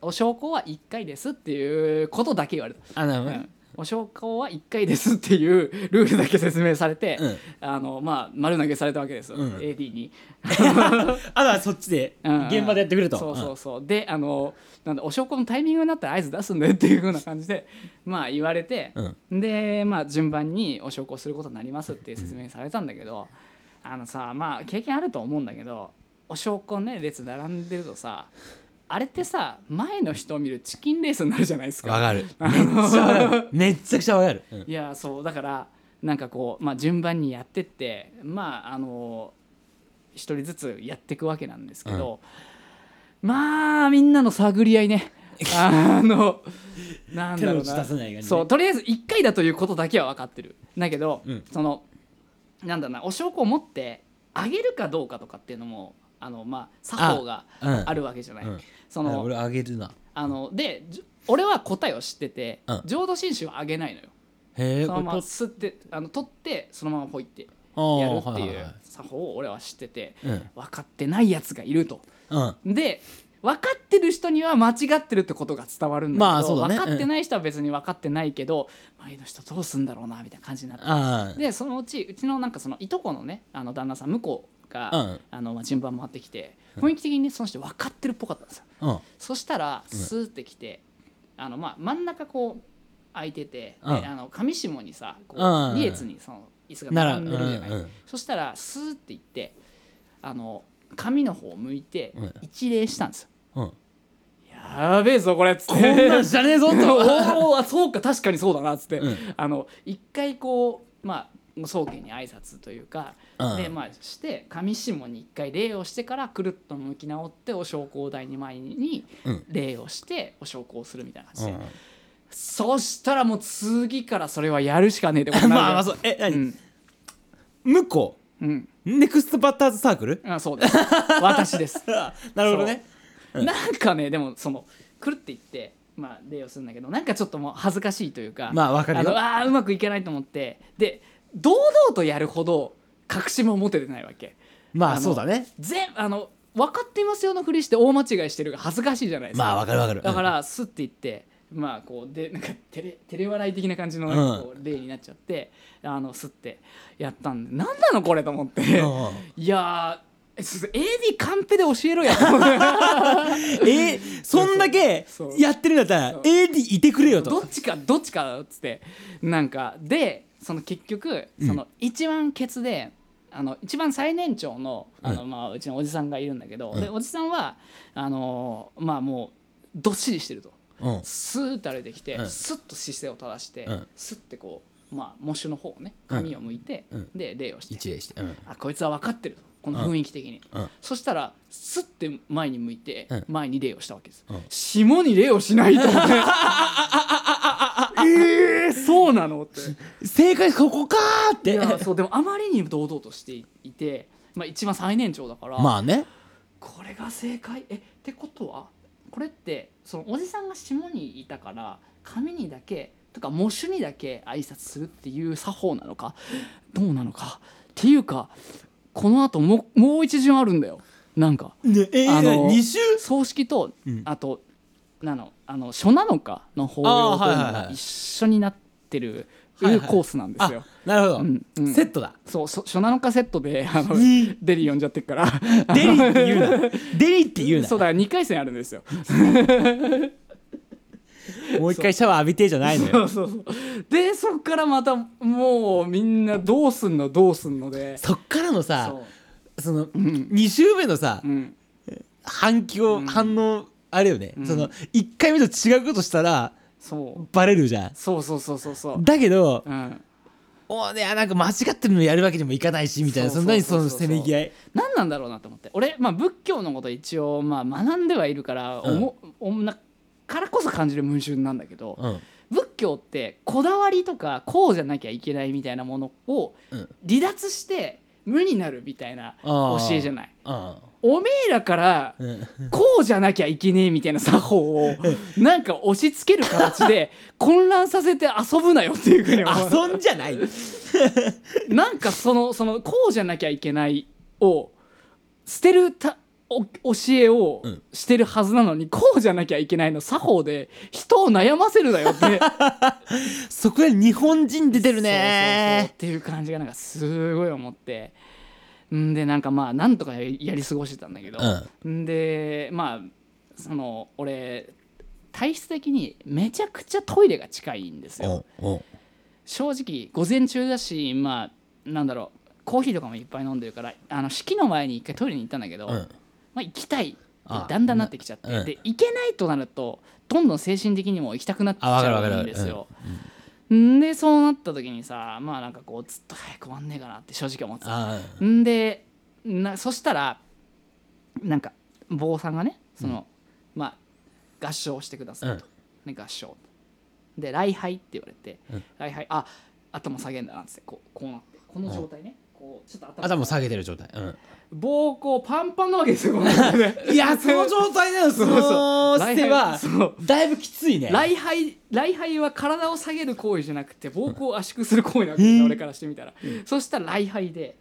B: お焼香は1回ですっていうことだけ言われた、
A: あなるほど
B: う
A: ね
B: んお焼香は1回ですっていうルールだけ説明されて、
A: うん
B: あのまあ、丸投げされたわけですよ、
A: うん
B: AD に。
A: あとはそっちで
B: うんうん
A: 現場でやってくれと
B: そうそうそうであのなんだお証拠のタイミングになったら合図出すんだよっていうふうな感じでまあ言われて、でまあ順番にお証拠することになりますっていう説明されたんだけど、あのさまあ経験あると思うんだけどお証拠ね列並んでるとさあれってさ前の人を見るチキンレースになるじゃないですか。
A: わ
B: (laughs)
A: かるめっちゃわかるめっちゃくちゃわかるうん
B: いやそうだからなんかこう、まあ、順番にやってってまああの一人ずつやっていくわけなんですけど、まあみんなの探り合
A: (laughs)
B: いねあのなん
A: 手
B: だ
A: の
B: ろう
A: 内出
B: な
A: さない感じね
B: そうとりあえず1回だということだけは分かってるだけど、
A: うん
B: そのなんだろうなお証拠を持ってあげるかどうかとかっていうのもあのまあ作法が
A: うん
B: あるわけじゃない。
A: うん
B: その
A: 俺あげるな
B: あのでじ俺は答えを知ってて、
A: うん
B: 浄土真宗はあげないのよ。
A: へえ
B: そのまま
A: これ
B: 吸ってあの取ってそのままポイって
A: と
B: やるって
A: あーはいは
B: う作法を俺は知ってて
A: いはい
B: 分かってないやつがいると。
A: うん
B: で分かってる人には間違ってるってことが伝わるんだけど、
A: まあそうだね
B: 分かってない人は別に分かってないけど、前の人どうすんだろうなみたいな感じになって
A: あ
B: でそのうちうちのなんかそのいとこのねあの旦那さん向こうが、
A: うん
B: あのまあ順番回ってきて雰囲気的にねその人分かってるっぽかったんですよ。
A: あうん
B: そしたらスーってきて、あのまあ真ん中こう空いてて、
A: うん
B: であの上下にさこう、
A: うん
B: 2列にその椅子が
A: なら
B: 並んでるじゃない、
A: うんうん
B: そしたらスーっていってあの紙の方を向いて
A: うん
B: 一礼したんですよ。
A: うん
B: やべえぞこれっつって
A: こんなん
B: (laughs)
A: じゃねえぞと
B: おおあそうか確かにそうだなっつって、
A: うん
B: あの一回こうまあ宗家に挨拶というか、
A: うん (laughs)
B: でまあして上下に一回礼をしてからくるっと向き直ってお焼香台に前に
A: うん
B: 礼をしてお焼香をするみたいな感じ
A: う
B: で、
A: ん
B: そしたらもう次からそれはやるしかねえってことになる
A: (laughs) まあまあそうえ
B: う
A: 何
B: ん、
A: 向こ
B: うん、
A: うネクストバッターズサークル (laughs)
B: あそうです私です
A: なるほどね
B: なんかねでもそのくるっていってまあ礼をするんだけどなんかちょっともう恥ずかしいというか
A: まあわかるよ
B: あのあーうまくいかないと思ってで堂々とやるほど確信も持ててないわけ
A: ま
B: あ
A: あ
B: の
A: そうだね
B: 全あの分かっていますよのふりして大間違いしてるが恥ずかしいじゃないですか、
A: まあわかるわかる
B: だからスッて言ってまあこうでなんか照れ照れ笑い的な感じの
A: うん
B: なんかこう例になっちゃって、あのスッてやったんでなんなのこれと思って、
A: うんうん
B: いやーえす AD カンペで教えろやと思って
A: えそんだけ
B: そう
A: やってるんだったら
B: そう
A: AD いてくれよ
B: ど
A: と
B: っちかどっちかっつってなんかでその結局その一番ケツで、あの一番最年長のあの、まあ、うちのおじさんがいるんだけど、でおじさんはあのーまあもうどっしりしてると
A: うん
B: スーッと歩いてきて、
A: うん
B: スッと姿勢を正して、
A: うん
B: スッてこうまあ、模試の方をね紙を向いて、
A: うん
B: で礼をして
A: 一礼して、うん
B: あこいつは分かってるとこの雰囲気的に、
A: うん
B: そしたらスッて前に向いて、
A: うん
B: 前に礼をしたわけです、
A: うん
B: 霜に礼をしないと思って
A: (laughs)
B: ええそうなのって
A: 正解ここかーっ
B: い
A: て
B: やそうでもあまりに堂々としていて、まあ、一番最年長だから、
A: まあね
B: これが正解えってことはこれってそのおじさんが下にいたから紙にだけとか喪主にだけ挨拶するっていう作法なのかどうなのかっていうかこのあともうもう一巡あるんだよなんか
A: ねえ
B: あの
A: 2週
B: 葬式と、
A: うん
B: あとなのあの書なのかの法要というの
A: あーはいはい
B: が
A: はい
B: 一緒になってる
A: はいはい
B: コースなんですよ。
A: なるほど、
B: うんうん
A: セットだ
B: そうそ初7日セットであの
A: いい
B: デリ呼んじゃってっから
A: デリって言う
B: (laughs)
A: なデリって言うな
B: そうだ2回戦あるんですよ
A: もう一回シャワー浴びてじゃないの
B: そ
A: よ
B: うそうそうでそっからまたもうみんなどうすんのどうすんので
A: そっからのさ
B: そ
A: その
B: ううん
A: 2週目のさ
B: うん
A: 反響、
B: うん
A: 反応あれよね、
B: うん
A: その1回目と違うことしたら
B: そう
A: バレるじゃ
B: そうそうそうそうそうん
A: だけど
B: うん
A: おねなんか間違ってるのやるわけにもいかないしみたいな
B: そ
A: そうの
B: そう
A: 何
B: そ
A: そう
B: そう
A: のせめぎ合い
B: 何なんだろうなと思って俺、まあ、仏教のこと一応、まあ、学んではいるから、おもおもなからこそ感じる矛盾なんだけど、
A: うん
B: 仏教ってこだわりとかこうじゃなきゃいけないみたいなものを
A: うん
B: 離脱して無になるみたいな
A: あ
B: 教
A: ー
B: えじゃない。
A: うん
B: おめえらから
A: うん
B: こうじゃなきゃいけねえみたいな作法をなんか押し付ける形で混乱させて遊ぶなよっていうふうに思う
A: 遊んじゃない
B: なんかそのそのこうじゃなきゃいけないを捨てるたお教えを
A: うん
B: してるはずなのに、こうじゃなきゃいけないの作法で人を悩ませるなよって
A: (laughs) そこで日本人出てる
B: そうそうそう
A: ね
B: っていう感じがなんかすごい思ってんでなんかまあなんとかやりやり過ごしてたんだけど、
A: うん
B: でまあその俺体質的にめちゃくちゃトイレが近いんですよ
A: おう
B: 正直午前中だしまあなんだろうコーヒーとかもいっぱい飲んでるからあの式の前に一回トイレに行ったんだけど、
A: おううん
B: まあ、行きたい
A: あ
B: だんだんなってきちゃって、
A: うん
B: で行けないとなるとどんどん精神的にも行きたくなっち
A: あわかる
B: ゃ
A: わかる
B: う
A: わ
B: ん
A: かる
B: ですよ。んでそうなった時にさまあなんかこうずっと早く終わんねえかなって正直思ってた
A: あ
B: んでなそしたらなんか坊さんがねその、まあ合唱してくださいと、ね、合唱で「礼拝」って言われて「
A: うん
B: 礼拝あ頭下げんだな」っつってこうこうなってこの状態ね、こうちょっと頭
A: 頭下げてる状態うん
B: 膀胱パンパンなわけですよこの状態で
A: いやその状態なのそ
B: (laughs) そう
A: の姿
B: 礼拝
A: 勢は
B: そう
A: だいぶきついね
B: 礼拝礼拝は体を下げる行為じゃなくて膀胱を圧縮する行為なわけだ、
A: うん
B: 俺からしてみたら、そしたら礼拝で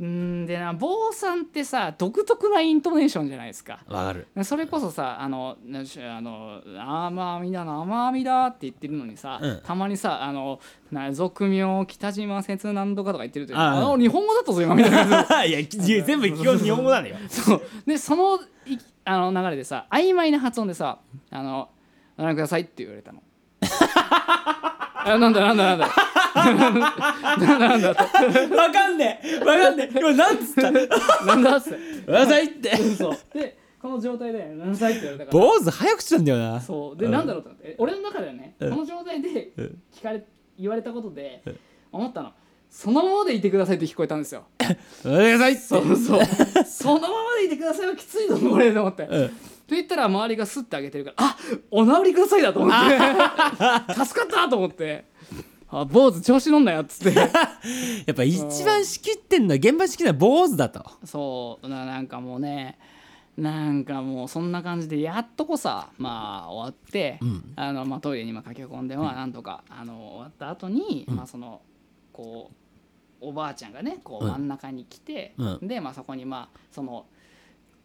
B: うんでな坊さんってさ独特なイントネーションじゃないですか
A: わかる
B: それこそさあのなしあの「あまあみだなあまあみだ」って言ってるのにさ、
A: うん
B: たまにさ「あのな俗名北島節何度か」とか言ってると
A: あ
B: あの日本語だとぞ今みたいな
A: (laughs) いや全部基本日本語なのよ
B: そうでそのいあの流れでさ曖昧な発音でさ「あのご覧ください」って言わ
A: (laughs)
B: れたの。あなんだなんだなんだなんだなんだと
A: わかんねえわかんねえ今なんつった
B: なんだっす
A: わざいって
B: そうでこの状態で「なんださい」って言われたから
A: 坊主早口なんだよな
B: そうで、
A: うん
B: なんだろうと思ってえ俺の中ではね、
A: うん
B: この状態で
A: うん
B: 聞かれ言われたことで、
A: うん
B: 思ったのそのままでいてくださいって聞こえたんですよ
A: わざいって
B: そうそうそのままでいてくださいはきついのこれと思って、
A: うん
B: と言ったら周りがスッてあげてるからあお治りくださいだと思 (laughs) って助かったと思ってあ坊主調子乗んなよっつって
A: やっぱ一番仕切ってんのは現場仕切るのは坊主だと
B: (laughs) そうななんかもうねなんかもうそんな感じでやっとこさまあ終わって、
A: ん
B: あのまあ、トイレに今駆け込んではなんとか、あの終わった後に、まあそのこうおばあちゃんがねこう
A: うん
B: 真ん中に来て、
A: う
B: で、まあ、そこにまあその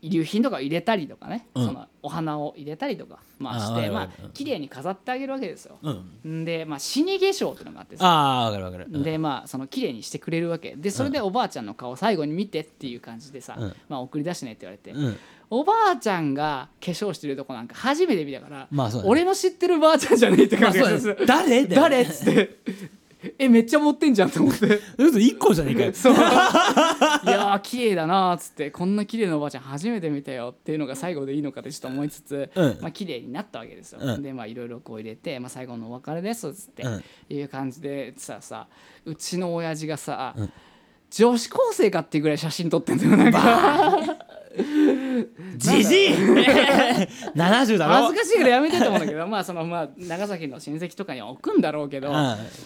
B: 遺留品とかを入れたりとかね、
A: うん
B: そのお花を入れたりとか、まあ、し
A: あ
B: て
A: ー
B: ま
A: わ
B: あ
A: かるわかるうん
B: 綺麗に飾ってあげるわけですよ。
A: うん
B: んで、まあ、死に化粧っていうのがあってさ
A: ああわかるわかるうん
B: でまあその綺麗にしてくれるわけでそれでおばあちゃんの顔最後に見てっていう感じでさ、
A: うん
B: まあ、送り出してねって言われて、
A: うん
B: おばあちゃんが化粧してるとこなんか初めて見たから、
A: まあそうだね
B: 俺の知ってるばあちゃんじゃねえって
A: ま
B: 感
A: あ
B: じ
A: そう
B: が
A: だ
B: す
A: ね
B: る、
A: 誰
B: (laughs) 誰っつ
A: (laughs)
B: ってえめっちゃ持ってんじゃんと思って (laughs)
A: 嘘一個じゃねえかよ
B: そういやわあ綺麗だな」っつって「こんな綺麗なおばあちゃん初めて見たよ」っていうのが最後でいいのかってちょっと思いつつ、
A: うん
B: まあ綺麗になったわけですよ。
A: うん
B: でまあいろいろこう入れて「まあ、最後のお別れです」っつって、
A: うん
B: いう感じでささうちの親父がさ、
A: うん
B: 女子高生かっていうぐらい写真撮ってんだよなんか
A: じじい (laughs) !70 だろ
B: 恥ずかしいからやめてと思うんだけどまあそのまあ長崎の親戚とかには置くんだろうけど、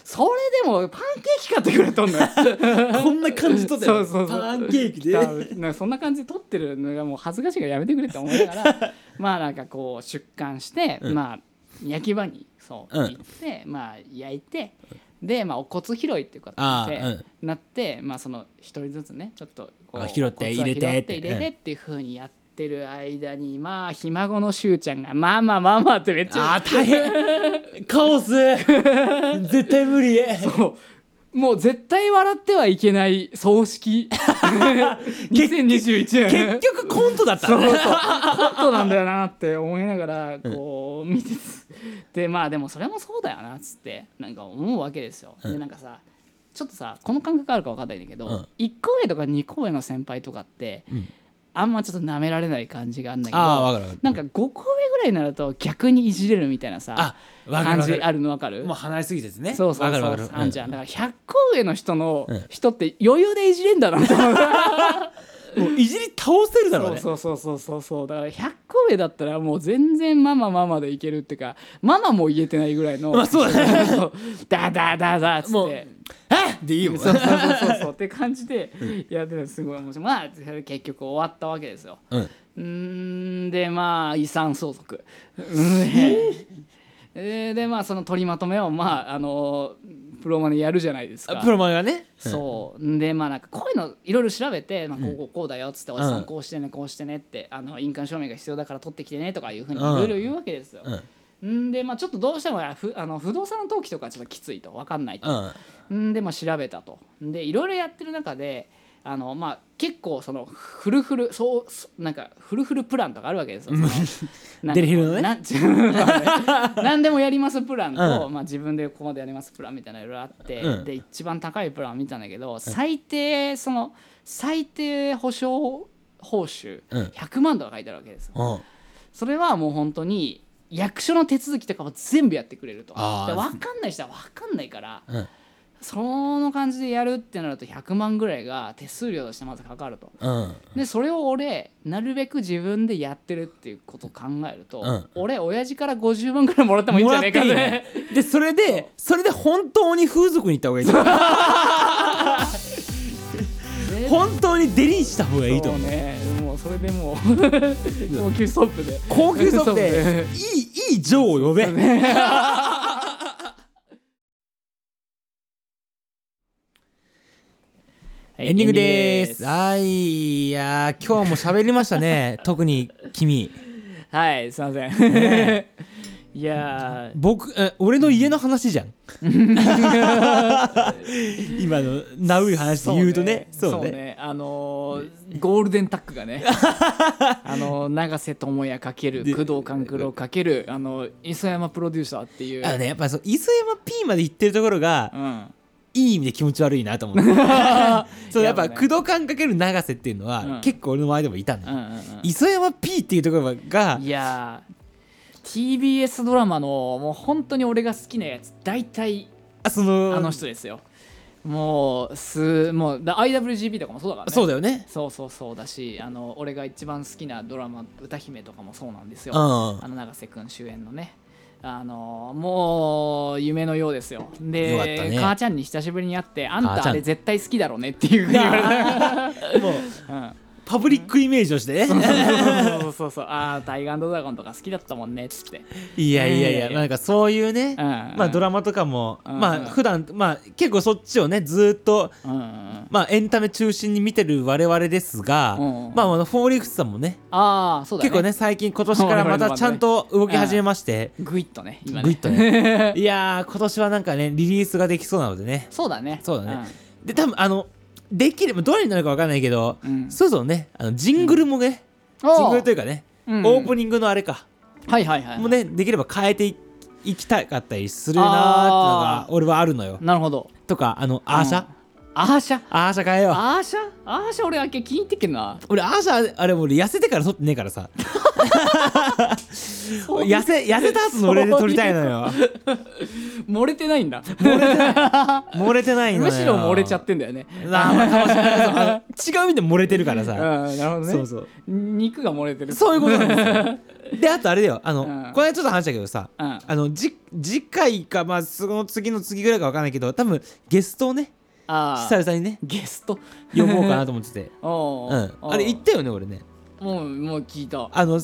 B: それでもパンケーキ買ってくれとんのよ。
A: うんこんな感じとってたよ
B: そうそうそう
A: パンケーキで。
B: だなんかそんな感じで撮ってるのがもう恥ずかしいからやめてくれって思いな
A: (laughs)
B: がらまあなんかこう出棺して、
A: うん
B: まあ焼き場にそう
A: うん
B: 行って、まあ焼いてでまあお骨拾いっていう形
A: あ
B: で、
A: あうん
B: なってまあその一人ずつねちょっとこ
A: あ
B: う
A: 拾って
B: 骨は
A: 入れて
B: 拾
A: っ
B: ってて入れてっていうふうにやってる間にまあひ孫のしゅうちゃんが「まあまあまあまあ」ってめっちゃ
A: あー大変カオス絶対無理
B: そうもう絶対笑ってはいけない
A: (laughs)
B: 葬式 (laughs) 2021年
A: 結局コントだった
B: そう
A: ね
B: そうコントなんだよなって思いながらこう見てつでまあでもそれもそうだよなっつってなんか思うわけですよ、
A: う
B: で
A: ん
B: なんかさちょっとさこの感覚あるか分かんないんだけど、
A: うん
B: 1個上とか2個上の先輩とかって、
A: うん
B: あんまちょっと舐められない感じがあるんだけど
A: ああ分かる分かる
B: なんか5個上ぐらいになると逆にいじれるみたいなさ
A: あわかる
B: 感
A: わか
B: じ
A: る
B: あるの分かる
A: もう離れすぎてですね
B: そうそう
A: わか
B: そう
A: るわかる
B: あんじゃん
A: う
B: だから100個上の人の
A: うん
B: 人って余裕でいじれんだなって思う
A: んもういじり倒せるだろうね
B: そうそうそうそうそうそうだから100個上だったらもう全然ママママでいけるっていうかママも言えてないぐらいの、
A: まあそうだね
B: そうダダダダっつって
A: もうあでいいよ
B: そうそうそうそうそうって感じでやってたすごい面白いまあそれ結局終わったわけですよ
A: うん
B: うーんでまあ遺産相続うんえーでまあその取りまとめをまああのプロマネやるじゃないですか
A: あプロマンがね
B: そうでまあなんかこういうのいろいろ調べて、まあ、こうこうこうだよっつって、おじさんこうしてねこうしてねってあの印鑑証明が必要だから取ってきてねとかいうふうにいろいろ言うわけですよ。
A: うん
B: んでまあちょっとどうしてもふあの不動産の登記とかちょっときついと分かんないと。
A: うん
B: んでまあ調べたと。でいろいろやってる中であのまあ結構そのフルフルそうそうなんかフルフルプランとかあるわけですよ。そのなんか
A: (laughs) デリヘルのね
B: なん (laughs) 何でもやりますプランと、まあ、自分でここまでやりますプランみたいなのいろいろあって、
A: うん
B: で一番高いプランを見たんだけど最低その最低保証報酬
A: うん
B: 100万とか書いてあるわけですよ。
A: うん
B: それはもう本当に役所の手続きとかも全部やってくれるとで
A: あー
B: 分かんない人は分かんないから。
A: うん
B: その感じでやるってなると100万ぐらいが手数料としてまずかかると。
A: うん
B: でそれを俺なるべく自分でやってるっていうことを考えると、
A: うん
B: 俺親父から50万ぐらいもらってもいいん
A: も
B: じ
A: らっ
B: ゃな
A: てい
B: い
A: い
B: かって
A: ねでそれでそれで本当に風俗に行った方がいいと思
B: (laughs)
A: う本当にデリーした方がいいと
B: そう
A: 思う
B: ねもうそれ
A: (laughs)
B: でもう高級ストップで
A: 高級ソフトで
B: (laughs) そ
A: いいいいジョーを呼べエンディングです。
B: は
A: はい、いやー、今日も喋りました
B: (laughs)
A: ね。特に君、
B: いすいません (laughs) いや
A: 僕、え俺の家の話
B: (laughs)
A: じゃん。今のナウい話
B: ー
A: で言うとね、
B: そう
A: そ
B: ね
A: うね。
B: あのーゴールデンタックが
A: (laughs)
B: ねあのー永瀬智也かける工藤官九郎かけるあのー磯山プロデューサーっていう
A: あのね、やっぱそう磯山 P まで行ってるところが、
B: うん
A: いい意味で気持ち悪いなと
B: (laughs)
A: 思ってそうやっぱ
B: やっぱね
A: 工藤感かける永瀬っていうのは、
B: うん
A: 結構俺の前でもいたん
B: う
A: だ
B: んう
A: よ、
B: んうん
A: 磯山 P っていうところが
B: いやー TBS ドラマのもう本当に俺が好きなやつ大体
A: あその
B: あの人ですよ、もうすもうだ IWGP とかもそうだからね
A: そうだよね
B: そうそうそうだしあの俺が一番好きなドラマ「歌姫」とかもそうなんですよ、
A: うん
B: あの永瀬君主演のねあのもう夢のようですよ
A: よかった
B: で
A: ね
B: 母ちゃんに久しぶりに会ってあん
A: 母ち
B: た
A: ゃん
B: あれ絶対好きだろうねって (laughs) いうふうに言わ
A: (laughs)
B: れ
A: もう
B: た、うん
A: パブリックイメージをしてね
B: そうそうそうああ「タイガードラゴン」とか好きだったもんねっつって
A: いやいやい
B: いや
A: や、
B: いや
A: なんかそういうね、
B: うん
A: まあドラマとかも、
B: うん
A: まあ普段まあ結構そっちをねずーっと
B: うんうんうん
A: まあエンタメ中心に見てる我々ですが、
B: うん
A: まああのフォーリーフスさんもね
B: ああそうだね
A: 結構ね最近今年からまたちゃんと動き始めまして、
B: グイッとね今ね
A: グイッとねいやー今年はなんかねリリースができそうなのでね
B: (laughs) そうだね
A: そうだね、で多分あのできればどれになるかわかんないけど、
B: うん
A: そろそろねあのジングルもね、
B: うん
A: ジングルというかね、
B: うん
A: オープニングのあれか、
B: はいはいはい
A: もうねできれば変えていいきたかったりするなーっての
B: あ
A: が俺はあるのよ
B: なるほど
A: とかあのアーシャ、
B: うんアーシャ
A: アーシャ変えよう
B: アーシャアーシャ俺あっけ気に入ってっけどな
A: 俺アーシャあれ俺痩せてから撮ってねえからさ痩せ痩せた後の俺で撮りたいのよ
B: 漏れてないんだ
A: 漏れてないのよ
B: むしろ漏れちゃってんだよね
A: あまあかもしれないそうあの違う意味で漏れてるから
B: う
A: さ、
B: んなるほどね
A: そうそう
B: 肉が漏れてる
A: そういうことなん
B: (laughs)
A: ですよであとあれだよあの、
B: うん
A: この間ちょっと話したけどさ、
B: うん
A: あのじ次回かまあその次の次ぐらいかわかんないけど多分ゲストをね
B: あ
A: 久
B: あ
A: 々にね
B: ゲスト
A: 呼ぼうかなと思ってて
B: お
A: う
B: ー
A: ん
B: おー
A: あれ言ったよね俺ね
B: もうもう聞いた
A: あの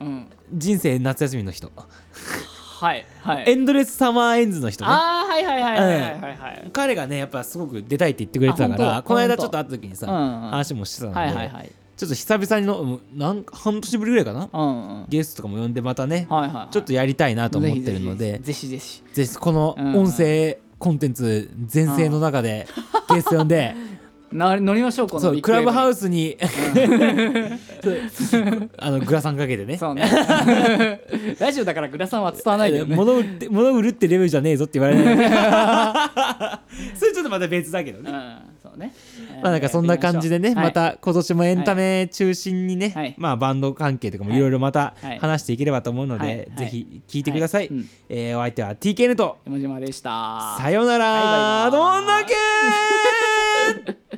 B: うん
A: 人生夏休みの人
B: はいはい
A: エンドレスサマーエンズの人ね
B: ああはいはいはいはいはいはいはい
A: 彼がねやっぱすごく出たいって言ってくれてたか
B: あ本
A: ら
B: 当
A: この間ちょっと会った時にさ、
B: うんうん
A: 話もしてたので、
B: はいはいはい
A: ちょっと久々にのもうなん半年ぶりぐらいかな
B: うんうん
A: ゲストとかも呼んでまたね、
B: はいはいはい
A: ちょっとやりたいなと思ってるので
B: ぜひぜひ
A: ぜひこの
B: うん
A: 音声コンテンツ全盛の中でゲスト呼んで、
B: な乗りまし (laughs) ょうこの
A: そう
B: ビッ
A: ク
B: グウェ
A: ラ
B: ブ
A: ブハ
B: ウ
A: ウスに、 (laughs) そうあのグラサンかけてね
B: そうね (laughs) ラジオだからグラさんは伝わらないけどね
A: 物売って物売るってレベルじゃねえぞって言われるそれちょっとまた別だけど
B: う
A: ね、
B: んそうね
A: まあなんかそんな感じでね、
B: はい
A: また今年もエンタメ中心にね、
B: はい
A: まあバンド関係とかもいろいろまた
B: はい
A: 話していければと思うので、
B: は
A: ぜ
B: い
A: ひ聞いてください、
B: はいうん
A: えーお相手は TKN と
B: 山島でした
A: さようなら
B: バイバイ
A: どんだけー